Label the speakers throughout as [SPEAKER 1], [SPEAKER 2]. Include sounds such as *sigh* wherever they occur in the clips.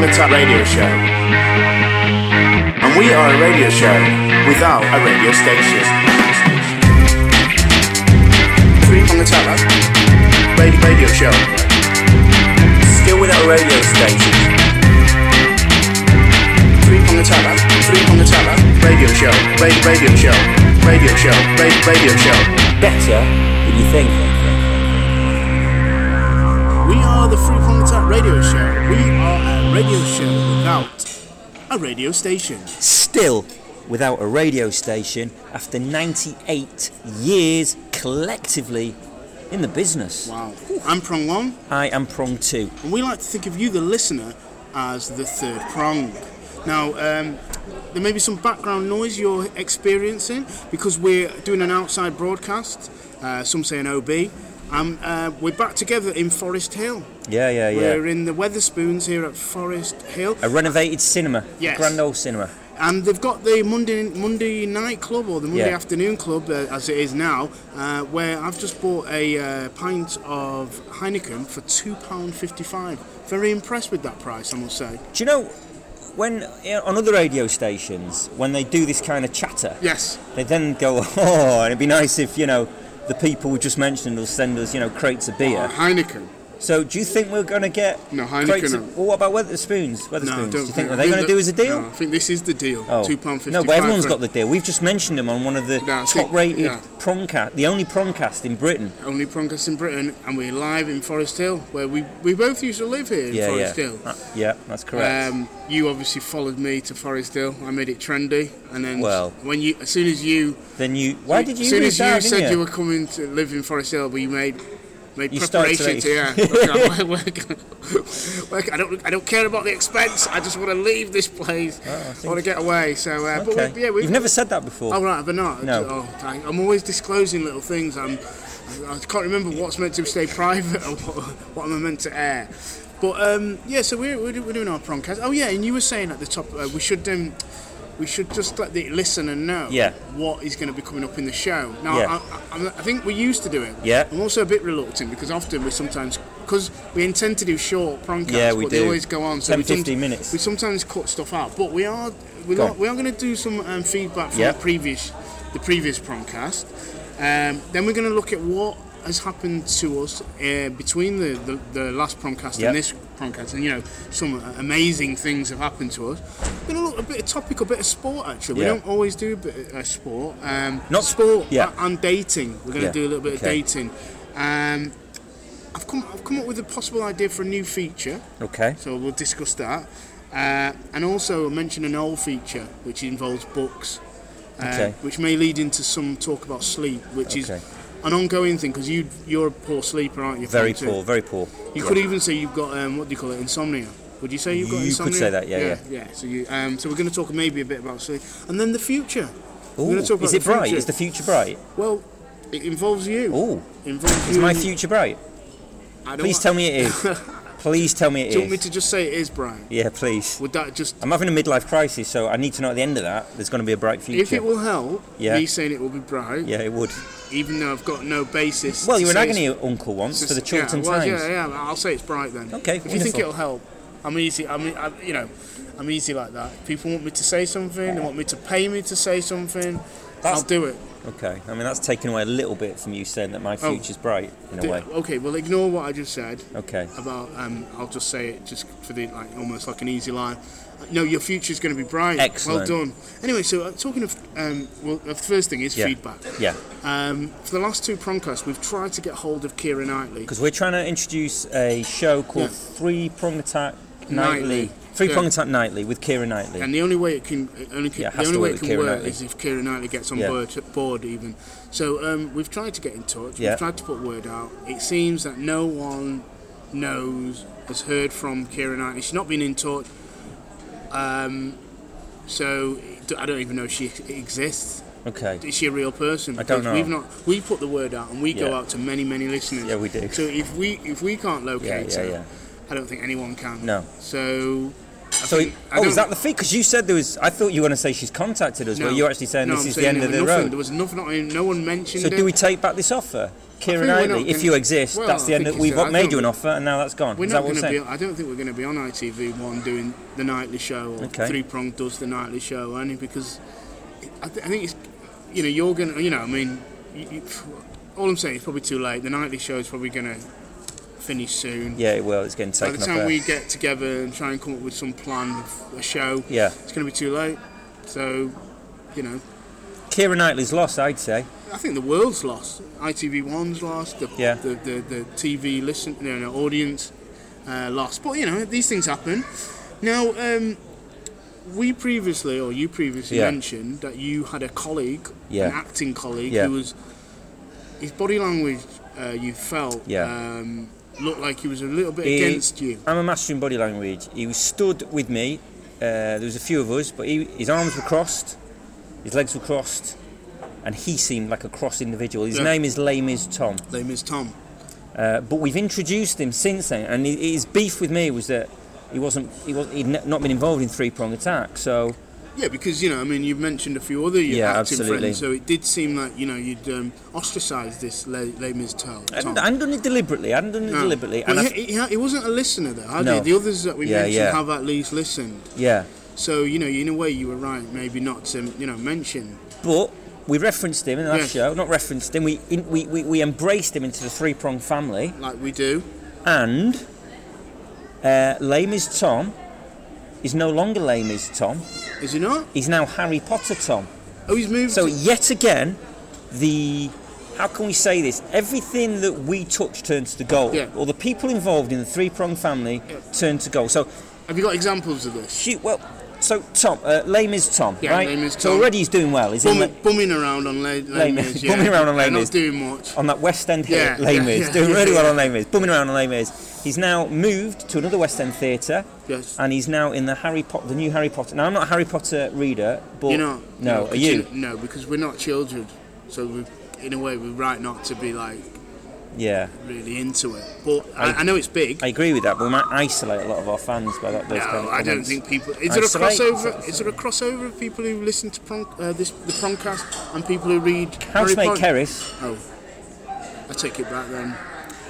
[SPEAKER 1] the Tap Radio Show. And we are a radio show without a radio station. Three on the Tap Radio, radio Show. Still without a radio station. Three on the Tap Three on the Tap Radio Show. Radio, radio Show. Radio Show. Radio, radio Show. Better than you think. We are the Free From the Tap radio show. We are a radio show without a radio station.
[SPEAKER 2] Still without a radio station after 98 years collectively in the business.
[SPEAKER 1] Wow. I'm Prong One,
[SPEAKER 2] I am prong two.
[SPEAKER 1] and we like to think of you, the listener, as the third prong. Now, um, there may be some background noise you're experiencing because we're doing an outside broadcast, uh, some say an OB, and uh, we're back together in Forest Hill.
[SPEAKER 2] Yeah, yeah,
[SPEAKER 1] We're in the Weatherspoons here at Forest Hill.
[SPEAKER 2] A renovated cinema,
[SPEAKER 1] Yes.
[SPEAKER 2] the Grand Old Cinema.
[SPEAKER 1] And they've got the Monday Monday night club or the Monday
[SPEAKER 2] Yeah.
[SPEAKER 1] afternoon club uh, as it is now, uh, where I've just bought a uh, pint of Heineken for two pound fifty five. Very impressed with that price, I must say.
[SPEAKER 2] Do you know when eh, on other radio stations when they do this kind of chatter,
[SPEAKER 1] Yes,
[SPEAKER 2] they then go, *laughs* oh, and it'd be nice if you know the people we just mentioned will send us you know crates of beer.
[SPEAKER 1] Uh, Heineken.
[SPEAKER 2] So do you think we're going to get
[SPEAKER 1] No,
[SPEAKER 2] crates
[SPEAKER 1] Heineken.
[SPEAKER 2] of? Well, what about Weatherspoons? Weatherspoons.
[SPEAKER 1] no, I don't
[SPEAKER 2] do you think
[SPEAKER 1] I
[SPEAKER 2] are they going to
[SPEAKER 1] that-
[SPEAKER 2] do us a deal?
[SPEAKER 1] No, I think this is the deal.
[SPEAKER 2] Oh.
[SPEAKER 1] Two pound fifty
[SPEAKER 2] No,
[SPEAKER 1] five.
[SPEAKER 2] but everyone's got the deal. We've just mentioned them on one of the
[SPEAKER 1] No, I think-
[SPEAKER 2] top-rated
[SPEAKER 1] yeah.
[SPEAKER 2] prongcast, the only prongcast in Britain.
[SPEAKER 1] only promcast in Britain, and we're live in Forest Hill, where we we both used to live here in
[SPEAKER 2] yeah,
[SPEAKER 1] Forest
[SPEAKER 2] yeah,
[SPEAKER 1] Hill.
[SPEAKER 2] Uh, yeah, that's correct.
[SPEAKER 1] Um, you obviously followed me to Forest Hill. I made it trendy, and then
[SPEAKER 2] Well.
[SPEAKER 1] when you as soon as you
[SPEAKER 2] then you, why did you?
[SPEAKER 1] As soon
[SPEAKER 2] read
[SPEAKER 1] as
[SPEAKER 2] that,
[SPEAKER 1] you
[SPEAKER 2] didn't
[SPEAKER 1] said
[SPEAKER 2] you?
[SPEAKER 1] you? were coming to live in Forest Hill, we made made
[SPEAKER 2] You started
[SPEAKER 1] preparations.
[SPEAKER 2] to-
[SPEAKER 1] Yeah,
[SPEAKER 2] *laughs*
[SPEAKER 1] Look, I- we're gonna- we're- I don't I don't care about the expense. I just want to leave this place.
[SPEAKER 2] Oh, I
[SPEAKER 1] I want to get away. So, uh, but
[SPEAKER 2] okay.
[SPEAKER 1] we, yeah, we.
[SPEAKER 2] You've never said that before.
[SPEAKER 1] Oh right, but not.
[SPEAKER 2] No.
[SPEAKER 1] Oh, dang. I'm always disclosing little things. I'm. I I can't remember what's meant to stay private *laughs* or what, what I'm meant to air. But um, yeah, so we're, we're, do- we're doing our promcast. Oh yeah, and you were saying at the top uh, we should um, we should just let the listener know
[SPEAKER 2] Yeah.
[SPEAKER 1] what is going to be coming up in the show. Now
[SPEAKER 2] Yeah.
[SPEAKER 1] I, I, I think we used to do it.
[SPEAKER 2] Yeah.
[SPEAKER 1] I'm also a bit reluctant because often we sometimes because we intend to do short promcasts,
[SPEAKER 2] Yeah, we
[SPEAKER 1] but
[SPEAKER 2] do.
[SPEAKER 1] they always go on. So
[SPEAKER 2] 10,
[SPEAKER 1] we some-
[SPEAKER 2] 15 minutes.
[SPEAKER 1] We sometimes cut stuff out, but we are we
[SPEAKER 2] Go
[SPEAKER 1] are,
[SPEAKER 2] on.
[SPEAKER 1] we are going to do some um, feedback from
[SPEAKER 2] Yeah.
[SPEAKER 1] the previous the previous promcast. Um, then we're going to look at what has happened to us uh, between the, the, the last promcast
[SPEAKER 2] Yeah.
[SPEAKER 1] and this promcast, and you know some amazing things have happened to us. We're going to look at a bit of topic, a bit of sport actually.
[SPEAKER 2] Yeah.
[SPEAKER 1] We don't always do a bit of uh, sport. Um,
[SPEAKER 2] Not-
[SPEAKER 1] sport.
[SPEAKER 2] yeah.
[SPEAKER 1] a- And dating. We're going to do
[SPEAKER 2] Yeah,
[SPEAKER 1] a little bit
[SPEAKER 2] okay.
[SPEAKER 1] of dating. Um, I've come I've come up with a possible idea for a new feature.
[SPEAKER 2] okay.
[SPEAKER 1] So we'll discuss that. Uh, and also mention an old feature which involves books, uh,
[SPEAKER 2] Okay.
[SPEAKER 1] which may lead into some talk about sleep, which
[SPEAKER 2] Okay.
[SPEAKER 1] is an ongoing thing because you you're a poor sleeper, aren't you?
[SPEAKER 2] Very
[SPEAKER 1] Peter?
[SPEAKER 2] poor. Very poor.
[SPEAKER 1] You
[SPEAKER 2] Yeah.
[SPEAKER 1] could even say you've got um, what do you call it, insomnia. Would you say you've got
[SPEAKER 2] You could
[SPEAKER 1] insomnia?
[SPEAKER 2] say that, yeah,
[SPEAKER 1] yeah. So you um, so we're going to talk maybe a bit about sleep and then the future. We're
[SPEAKER 2] Ooh,
[SPEAKER 1] gonna talk about
[SPEAKER 2] is it
[SPEAKER 1] the
[SPEAKER 2] bright?
[SPEAKER 1] future.
[SPEAKER 2] Is the future bright?
[SPEAKER 1] Well, it involves you.
[SPEAKER 2] Oh,
[SPEAKER 1] Involves
[SPEAKER 2] is
[SPEAKER 1] you
[SPEAKER 2] my
[SPEAKER 1] and-
[SPEAKER 2] future bright?
[SPEAKER 1] I don't
[SPEAKER 2] Please
[SPEAKER 1] want-
[SPEAKER 2] tell me
[SPEAKER 1] *laughs*
[SPEAKER 2] it is. Please tell me it
[SPEAKER 1] Do you want me
[SPEAKER 2] is.
[SPEAKER 1] to just say it is Brian?
[SPEAKER 2] Yeah, please.
[SPEAKER 1] Would that just
[SPEAKER 2] I'm having a midlife crisis, so I need to know at the end of that there's going to be a bright future.
[SPEAKER 1] If it will help,
[SPEAKER 2] Yeah.
[SPEAKER 1] me saying it will be bright,
[SPEAKER 2] yeah, it would.
[SPEAKER 1] even though I've got no basis.
[SPEAKER 2] Well,
[SPEAKER 1] to
[SPEAKER 2] you were an
[SPEAKER 1] say
[SPEAKER 2] agony uncle once
[SPEAKER 1] it's-
[SPEAKER 2] for the
[SPEAKER 1] yeah,
[SPEAKER 2] Chiltern
[SPEAKER 1] well,
[SPEAKER 2] Times.
[SPEAKER 1] Yeah, yeah, I'll say it's bright then.
[SPEAKER 2] Okay,
[SPEAKER 1] If you think
[SPEAKER 2] wonderful.
[SPEAKER 1] it'll help, I'm easy. I'm, I'm, you know, I'm easy like that. If people want me to say something, they want me to pay me to say something.
[SPEAKER 2] That's-
[SPEAKER 1] I'll do it.
[SPEAKER 2] Okay, I mean that's taken away a little bit from you saying that my
[SPEAKER 1] Oh.
[SPEAKER 2] future's bright in
[SPEAKER 1] Do-
[SPEAKER 2] a way.
[SPEAKER 1] Okay, well, ignore what I just said
[SPEAKER 2] Okay,
[SPEAKER 1] about. Um, I'll just say it just for the like almost like an easy line. No, your future's going to be bright.
[SPEAKER 2] Excellent.
[SPEAKER 1] Well done. Anyway, so uh, talking of, um, well, the first thing is
[SPEAKER 2] Yeah.
[SPEAKER 1] feedback.
[SPEAKER 2] yeah,
[SPEAKER 1] Um, for the last two promcasts, we've tried to get hold of Kira Knightley.
[SPEAKER 2] because we're trying to introduce a show called Three Prong Attack Nightly.
[SPEAKER 1] Nightly.
[SPEAKER 2] Three
[SPEAKER 1] Yeah.
[SPEAKER 2] Prong Attack Nightly with Kira Knightley.
[SPEAKER 1] And the only way it can, it only can
[SPEAKER 2] Yeah, it
[SPEAKER 1] the
[SPEAKER 2] has
[SPEAKER 1] only
[SPEAKER 2] to
[SPEAKER 1] way
[SPEAKER 2] work
[SPEAKER 1] it
[SPEAKER 2] with
[SPEAKER 1] can
[SPEAKER 2] Keira
[SPEAKER 1] work
[SPEAKER 2] Knightley.
[SPEAKER 1] is if Kira Knightley gets on
[SPEAKER 2] Yeah.
[SPEAKER 1] board, board even. So um, we've tried to get in touch.
[SPEAKER 2] Yeah.
[SPEAKER 1] We've tried to put word out. It seems that no one knows has heard from Kira Knightley. She's not been in touch. Um, so I don't even know if she exists.
[SPEAKER 2] okay,
[SPEAKER 1] Is she a real person?
[SPEAKER 2] I don't
[SPEAKER 1] Because
[SPEAKER 2] know.
[SPEAKER 1] We've not. We put the word out, and we go
[SPEAKER 2] Yeah.
[SPEAKER 1] out to many, many listeners.
[SPEAKER 2] Yeah, we do.
[SPEAKER 1] So if we if we can't
[SPEAKER 2] yeah,
[SPEAKER 1] locate
[SPEAKER 2] yeah,
[SPEAKER 1] her,
[SPEAKER 2] yeah.
[SPEAKER 1] I don't think anyone can.
[SPEAKER 2] No.
[SPEAKER 1] So
[SPEAKER 2] So,
[SPEAKER 1] think-
[SPEAKER 2] it-
[SPEAKER 1] I
[SPEAKER 2] oh,
[SPEAKER 1] don't-
[SPEAKER 2] is that the fee? Because you said there was. I thought you were going to say she's contacted us,
[SPEAKER 1] No.
[SPEAKER 2] but you're actually saying
[SPEAKER 1] No,
[SPEAKER 2] this
[SPEAKER 1] I'm
[SPEAKER 2] is
[SPEAKER 1] saying
[SPEAKER 2] the end
[SPEAKER 1] there
[SPEAKER 2] of
[SPEAKER 1] was
[SPEAKER 2] the
[SPEAKER 1] nothing.
[SPEAKER 2] road.
[SPEAKER 1] There was nothing. not even- No one mentioned
[SPEAKER 2] So
[SPEAKER 1] it.
[SPEAKER 2] do we take back this offer,
[SPEAKER 1] think
[SPEAKER 2] Kieran
[SPEAKER 1] we're
[SPEAKER 2] Knightley?
[SPEAKER 1] not
[SPEAKER 2] If
[SPEAKER 1] gonna-
[SPEAKER 2] you exist,
[SPEAKER 1] Well,
[SPEAKER 2] that's
[SPEAKER 1] I
[SPEAKER 2] the end.
[SPEAKER 1] think
[SPEAKER 2] Of,
[SPEAKER 1] it's
[SPEAKER 2] we've
[SPEAKER 1] that- I
[SPEAKER 2] made
[SPEAKER 1] don't-
[SPEAKER 2] you an offer, and now that's gone.
[SPEAKER 1] We're
[SPEAKER 2] is
[SPEAKER 1] not
[SPEAKER 2] that what
[SPEAKER 1] going
[SPEAKER 2] we're
[SPEAKER 1] to be.
[SPEAKER 2] saying?
[SPEAKER 1] I don't think we're going to be on ITV One doing the nightly show or
[SPEAKER 2] Okay.
[SPEAKER 1] Three Prong does the nightly show only because it- I, th- I think it's you know you're going to you know I mean you, you, all I'm saying is probably too late. The nightly show is probably going to finish soon.
[SPEAKER 2] Yeah, it will. It's getting
[SPEAKER 1] By the
[SPEAKER 2] taken up.
[SPEAKER 1] time
[SPEAKER 2] there.
[SPEAKER 1] we get together and try and come up with some plan of a show,
[SPEAKER 2] Yeah,
[SPEAKER 1] it's going to be too late. So you know
[SPEAKER 2] Kieran Knightley's lost, I'd say.
[SPEAKER 1] I think the world's lost. ITV One's lost. The,
[SPEAKER 2] Yeah.
[SPEAKER 1] the, the the TV listen, you know, audience uh, lost. But you know, these things happen. Now, um, we previously, or you previously
[SPEAKER 2] Yeah.
[SPEAKER 1] mentioned that you had a colleague, an
[SPEAKER 2] Yeah,
[SPEAKER 1] acting colleague,
[SPEAKER 2] Yeah.
[SPEAKER 1] who was his body language. Uh, you felt
[SPEAKER 2] Yeah.
[SPEAKER 1] um, looked like he was a little bit
[SPEAKER 2] He-
[SPEAKER 1] against you.
[SPEAKER 2] I'm a master in body language. He was stood with me. Uh, there was a few of us, but he, his arms were crossed, his legs were crossed, and he seemed like a cross individual. His
[SPEAKER 1] Yeah.
[SPEAKER 2] name is Lame is Tom.
[SPEAKER 1] They miss Tom.
[SPEAKER 2] Uh, but we've introduced him since then, and hi- his beef with me was that he wasn't he was he'd n- not been involved in three prong attack. So
[SPEAKER 1] Yeah, because you know, I mean, you've mentioned a few other
[SPEAKER 2] Yeah,
[SPEAKER 1] acting
[SPEAKER 2] absolutely.
[SPEAKER 1] friends, so it did seem like you know you'd um, ostracised this Le- Les Mis Tom.
[SPEAKER 2] I hadn't, I hadn't done it deliberately. I hadn't done it
[SPEAKER 1] No.
[SPEAKER 2] deliberately.
[SPEAKER 1] Well,
[SPEAKER 2] And I,
[SPEAKER 1] he, he, he wasn't a listener though. Had
[SPEAKER 2] No.
[SPEAKER 1] he? The others that we
[SPEAKER 2] Yeah,
[SPEAKER 1] mentioned
[SPEAKER 2] yeah.
[SPEAKER 1] have at least listened.
[SPEAKER 2] yeah,
[SPEAKER 1] So you know, in a way, you were right. Maybe not to you know mention.
[SPEAKER 2] but we referenced him in the last
[SPEAKER 1] Yes.
[SPEAKER 2] show. Not referenced him. We, in, we we we embraced him into the three prong family.
[SPEAKER 1] like we do.
[SPEAKER 2] And uh, lame is Tom is no longer lame is Tom.
[SPEAKER 1] Is he not?
[SPEAKER 2] He's now Harry Potter Tom.
[SPEAKER 1] Oh, he's moved.
[SPEAKER 2] So
[SPEAKER 1] to-
[SPEAKER 2] yet again, the how can we say this? Everything that we touch turns to gold,
[SPEAKER 1] Yeah.
[SPEAKER 2] or the people involved in the three prong family
[SPEAKER 1] Yeah.
[SPEAKER 2] turn to gold. So
[SPEAKER 1] have you got examples of this?
[SPEAKER 2] shoot, well, so Tom, uh, lame is Tom,
[SPEAKER 1] Yeah,
[SPEAKER 2] right?
[SPEAKER 1] lame is
[SPEAKER 2] So
[SPEAKER 1] Tom.
[SPEAKER 2] already he's doing well. He's in
[SPEAKER 1] Bumming,
[SPEAKER 2] the,
[SPEAKER 1] bumming around on late
[SPEAKER 2] Lame-
[SPEAKER 1] Mis.
[SPEAKER 2] bumming around on Les
[SPEAKER 1] They're
[SPEAKER 2] Mis.
[SPEAKER 1] Not doing much.
[SPEAKER 2] on that West End here,
[SPEAKER 1] Yeah,
[SPEAKER 2] lame
[SPEAKER 1] yeah,
[SPEAKER 2] is
[SPEAKER 1] yeah.
[SPEAKER 2] doing
[SPEAKER 1] *laughs*
[SPEAKER 2] really well on lame is, bumming around on lame is. He's now moved to another West End theatre.
[SPEAKER 1] Yes.
[SPEAKER 2] and he's now in the Harry Potter, the new Harry Potter. Now I'm not a Harry Potter reader, but
[SPEAKER 1] You're not.
[SPEAKER 2] no, are
[SPEAKER 1] because
[SPEAKER 2] you?
[SPEAKER 1] No, because we're not children. So we, in a way, we're right not to be like
[SPEAKER 2] Yeah,
[SPEAKER 1] really into it. But I,
[SPEAKER 2] I-
[SPEAKER 1] I know it's big.
[SPEAKER 2] I agree with that. But we might isolate a lot of our fans by that. Those
[SPEAKER 1] No,
[SPEAKER 2] kind of
[SPEAKER 1] I don't
[SPEAKER 2] comments.
[SPEAKER 1] think people. Is
[SPEAKER 2] I
[SPEAKER 1] there a
[SPEAKER 2] select-
[SPEAKER 1] crossover? Is there a crossover of people who listen to prong, uh, this the prongcast and people who read Harry
[SPEAKER 2] Housemaid
[SPEAKER 1] Potter?
[SPEAKER 2] Kerris,
[SPEAKER 1] Oh, I take it back then.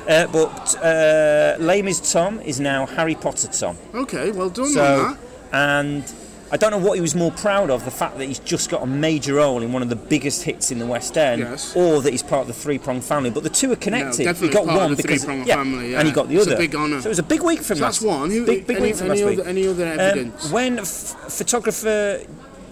[SPEAKER 2] uh, but uh, Lame is Tom is now Harry Potter Tom.
[SPEAKER 1] Okay, well done
[SPEAKER 2] So,
[SPEAKER 1] on that.
[SPEAKER 2] and I don't know what he was more proud of the fact that he's just got a major role in one of the biggest hits in the West End,
[SPEAKER 1] Yes.
[SPEAKER 2] or that he's part of the three prong family. But the two are connected.
[SPEAKER 1] definitely
[SPEAKER 2] he got
[SPEAKER 1] part of
[SPEAKER 2] one
[SPEAKER 1] the
[SPEAKER 2] because
[SPEAKER 1] three-prong
[SPEAKER 2] yeah,
[SPEAKER 1] family,
[SPEAKER 2] and
[SPEAKER 1] yeah.
[SPEAKER 2] he got the
[SPEAKER 1] It's a
[SPEAKER 2] other.
[SPEAKER 1] big honour.
[SPEAKER 2] So it was a big week from
[SPEAKER 1] So that's
[SPEAKER 2] last
[SPEAKER 1] one. Who,
[SPEAKER 2] big, big
[SPEAKER 1] any,
[SPEAKER 2] week from
[SPEAKER 1] any
[SPEAKER 2] last
[SPEAKER 1] other,
[SPEAKER 2] week.
[SPEAKER 1] any other
[SPEAKER 2] Um,
[SPEAKER 1] evidence?
[SPEAKER 2] when f- photographer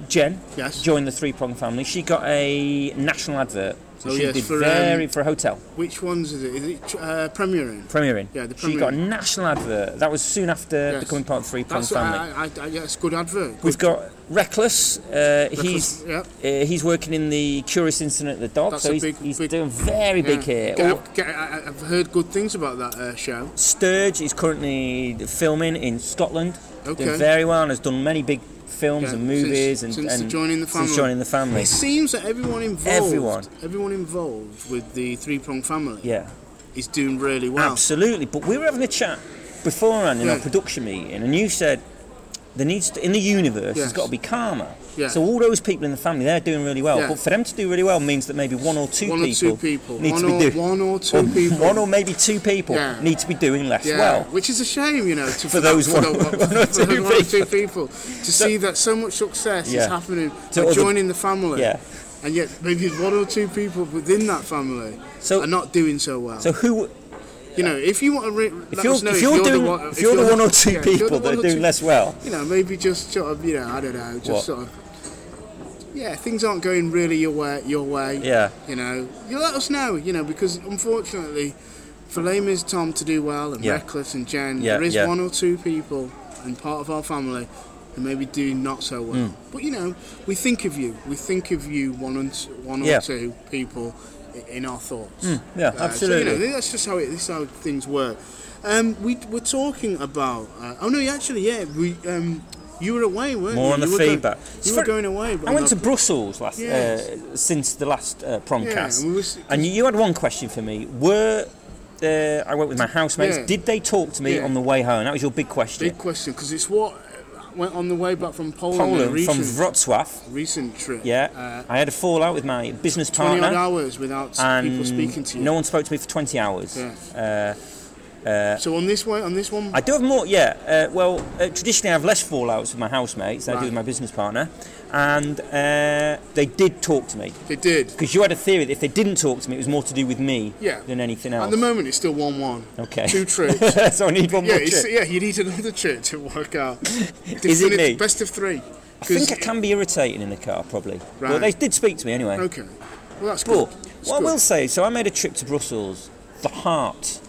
[SPEAKER 2] Jen
[SPEAKER 1] yes,
[SPEAKER 2] joined the Three Prong family, she got a national advert. So
[SPEAKER 1] Oh,
[SPEAKER 2] she
[SPEAKER 1] yes,
[SPEAKER 2] did
[SPEAKER 1] for,
[SPEAKER 2] very
[SPEAKER 1] um,
[SPEAKER 2] for a hotel
[SPEAKER 1] which ones is it? Is it uh, premiering?
[SPEAKER 2] premiering.
[SPEAKER 1] Yeah, the
[SPEAKER 2] she got a national advert. That was soon after
[SPEAKER 1] Yes.
[SPEAKER 2] becoming part of the Three Prong
[SPEAKER 1] That's
[SPEAKER 2] family.
[SPEAKER 1] I, I, I, yeah, it's a good advert.
[SPEAKER 2] We've got Reckless. Uh,
[SPEAKER 1] Reckless-
[SPEAKER 2] he's
[SPEAKER 1] yeah,
[SPEAKER 2] uh, he's working in the Curious Incident of the Dog,
[SPEAKER 1] That's
[SPEAKER 2] so
[SPEAKER 1] a
[SPEAKER 2] he's,
[SPEAKER 1] big-
[SPEAKER 2] he's
[SPEAKER 1] big-
[SPEAKER 2] doing very big
[SPEAKER 1] yeah.
[SPEAKER 2] here. Oh, Or-
[SPEAKER 1] Get, get, I, I've heard good things about that uh, show.
[SPEAKER 2] Sturge is currently filming in Scotland, doing
[SPEAKER 1] Okay.
[SPEAKER 2] very well, and has done many big films
[SPEAKER 1] Yeah,
[SPEAKER 2] and movies
[SPEAKER 1] since,
[SPEAKER 2] and,
[SPEAKER 1] since
[SPEAKER 2] and
[SPEAKER 1] joining the family.
[SPEAKER 2] since joining the family.
[SPEAKER 1] It seems that everyone involved,
[SPEAKER 2] Mm. Everyone.
[SPEAKER 1] everyone involved with the three prong family
[SPEAKER 2] Yeah,
[SPEAKER 1] is doing really well.
[SPEAKER 2] absolutely. But we were having a chat beforehand in our
[SPEAKER 1] Yeah.
[SPEAKER 2] production meeting, and you said there needs to, in the
[SPEAKER 1] Yes.
[SPEAKER 2] universe there's got to be karma.
[SPEAKER 1] Yeah.
[SPEAKER 2] So all those people in the family they're doing really well,
[SPEAKER 1] Yeah.
[SPEAKER 2] but for them to do really well means that maybe one or two
[SPEAKER 1] one or
[SPEAKER 2] people
[SPEAKER 1] two people,
[SPEAKER 2] need
[SPEAKER 1] one,
[SPEAKER 2] to be
[SPEAKER 1] or,
[SPEAKER 2] doing
[SPEAKER 1] one or two
[SPEAKER 2] or
[SPEAKER 1] people,
[SPEAKER 2] *laughs* one or maybe two people
[SPEAKER 1] Yeah.
[SPEAKER 2] need to be doing less
[SPEAKER 1] yeah,
[SPEAKER 2] well.
[SPEAKER 1] which is a shame, you know, to,
[SPEAKER 2] *laughs* For those
[SPEAKER 1] for the-
[SPEAKER 2] one- one or
[SPEAKER 1] for the
[SPEAKER 2] two
[SPEAKER 1] one or two people to see that so much success
[SPEAKER 2] Yeah.
[SPEAKER 1] is happening
[SPEAKER 2] To
[SPEAKER 1] by
[SPEAKER 2] other-
[SPEAKER 1] joining the family,
[SPEAKER 2] Yeah.
[SPEAKER 1] and yet maybe one or two people within that family
[SPEAKER 2] So
[SPEAKER 1] are not doing so well.
[SPEAKER 2] so who
[SPEAKER 1] you know, if you want to, re-
[SPEAKER 2] if
[SPEAKER 1] let
[SPEAKER 2] you're,
[SPEAKER 1] us know
[SPEAKER 2] if you're,
[SPEAKER 1] the
[SPEAKER 2] doing
[SPEAKER 1] one,
[SPEAKER 2] if you're, the one or two
[SPEAKER 1] yeah, if you're the
[SPEAKER 2] people
[SPEAKER 1] one
[SPEAKER 2] that
[SPEAKER 1] or
[SPEAKER 2] are doing
[SPEAKER 1] two
[SPEAKER 2] less well,
[SPEAKER 1] you know, maybe just sort of, you know, I don't know, just
[SPEAKER 2] What?
[SPEAKER 1] sort of, yeah, things aren't going really your way. Your way,
[SPEAKER 2] yeah,
[SPEAKER 1] you know, you let us know, you know, because unfortunately, for Lame is Tom to do well and
[SPEAKER 2] Yeah.
[SPEAKER 1] Reckless and Jen,
[SPEAKER 2] Yeah,
[SPEAKER 1] there is
[SPEAKER 2] yeah.
[SPEAKER 1] one or two people and part of our family who maybe do not so well.
[SPEAKER 2] Hmm.
[SPEAKER 1] But you know, we think of you. We think of you, one and t- one
[SPEAKER 2] Yeah. Hmm.
[SPEAKER 1] or two people, i- in our thoughts.
[SPEAKER 2] yeah,
[SPEAKER 1] Uh, So, you
[SPEAKER 2] absolutely.
[SPEAKER 1] know, that's just how it, this is how things work. Um, we were talking about. Uh, oh no, yeah, actually, yeah, we. Um, you were away, weren't you?
[SPEAKER 2] More on the
[SPEAKER 1] You were going-
[SPEAKER 2] feedback. It's
[SPEAKER 1] you were
[SPEAKER 2] very-
[SPEAKER 1] going away. But
[SPEAKER 2] I went
[SPEAKER 1] not-
[SPEAKER 2] to Brussels last
[SPEAKER 1] Yes.
[SPEAKER 2] uh, since the last uh,
[SPEAKER 1] Yeah,
[SPEAKER 2] promcast,
[SPEAKER 1] and we was,
[SPEAKER 2] and you, you had one question for me. Were uh, I went with my housemates?
[SPEAKER 1] Yeah.
[SPEAKER 2] Did they talk to me
[SPEAKER 1] Yeah.
[SPEAKER 2] on the way home? That was your big question.
[SPEAKER 1] big question because it's what went on the way back from Poland. a
[SPEAKER 2] Poland
[SPEAKER 1] recent,
[SPEAKER 2] from Wrocław.
[SPEAKER 1] recent trip.
[SPEAKER 2] Yeah,
[SPEAKER 1] Uh,
[SPEAKER 2] I had a fallout with my business
[SPEAKER 1] 20 odd
[SPEAKER 2] partner,
[SPEAKER 1] hours without s-
[SPEAKER 2] and
[SPEAKER 1] people speaking to you.
[SPEAKER 2] no one spoke to me for 20 hours. Uh,
[SPEAKER 1] So on this one, on this one,
[SPEAKER 2] I do have more, yeah. Uh, well, uh, traditionally I have less fallouts with my housemates than I do
[SPEAKER 1] Right.
[SPEAKER 2] with my business partner, and uh, they did talk to me
[SPEAKER 1] they did.
[SPEAKER 2] because you had a theory that if they didn't talk to me, it was more to do with me
[SPEAKER 1] Yeah.
[SPEAKER 2] than anything else.
[SPEAKER 1] At the moment, it's still one-one.
[SPEAKER 2] okay, *laughs*
[SPEAKER 1] Two trips.
[SPEAKER 2] so I need one
[SPEAKER 1] yeah,
[SPEAKER 2] more
[SPEAKER 1] it's,
[SPEAKER 2] trip.
[SPEAKER 1] yeah. You need another trip to work *laughs* out.
[SPEAKER 2] Is it
[SPEAKER 1] Definitive-
[SPEAKER 2] me?
[SPEAKER 1] Best of three.
[SPEAKER 2] I think I can be irritating in the car probably, but
[SPEAKER 1] Right.
[SPEAKER 2] they did speak to me anyway.
[SPEAKER 1] Okay. Well, that's
[SPEAKER 2] But
[SPEAKER 1] good. It's
[SPEAKER 2] what I
[SPEAKER 1] good.
[SPEAKER 2] will say, so I made a trip to Brussels, the heart,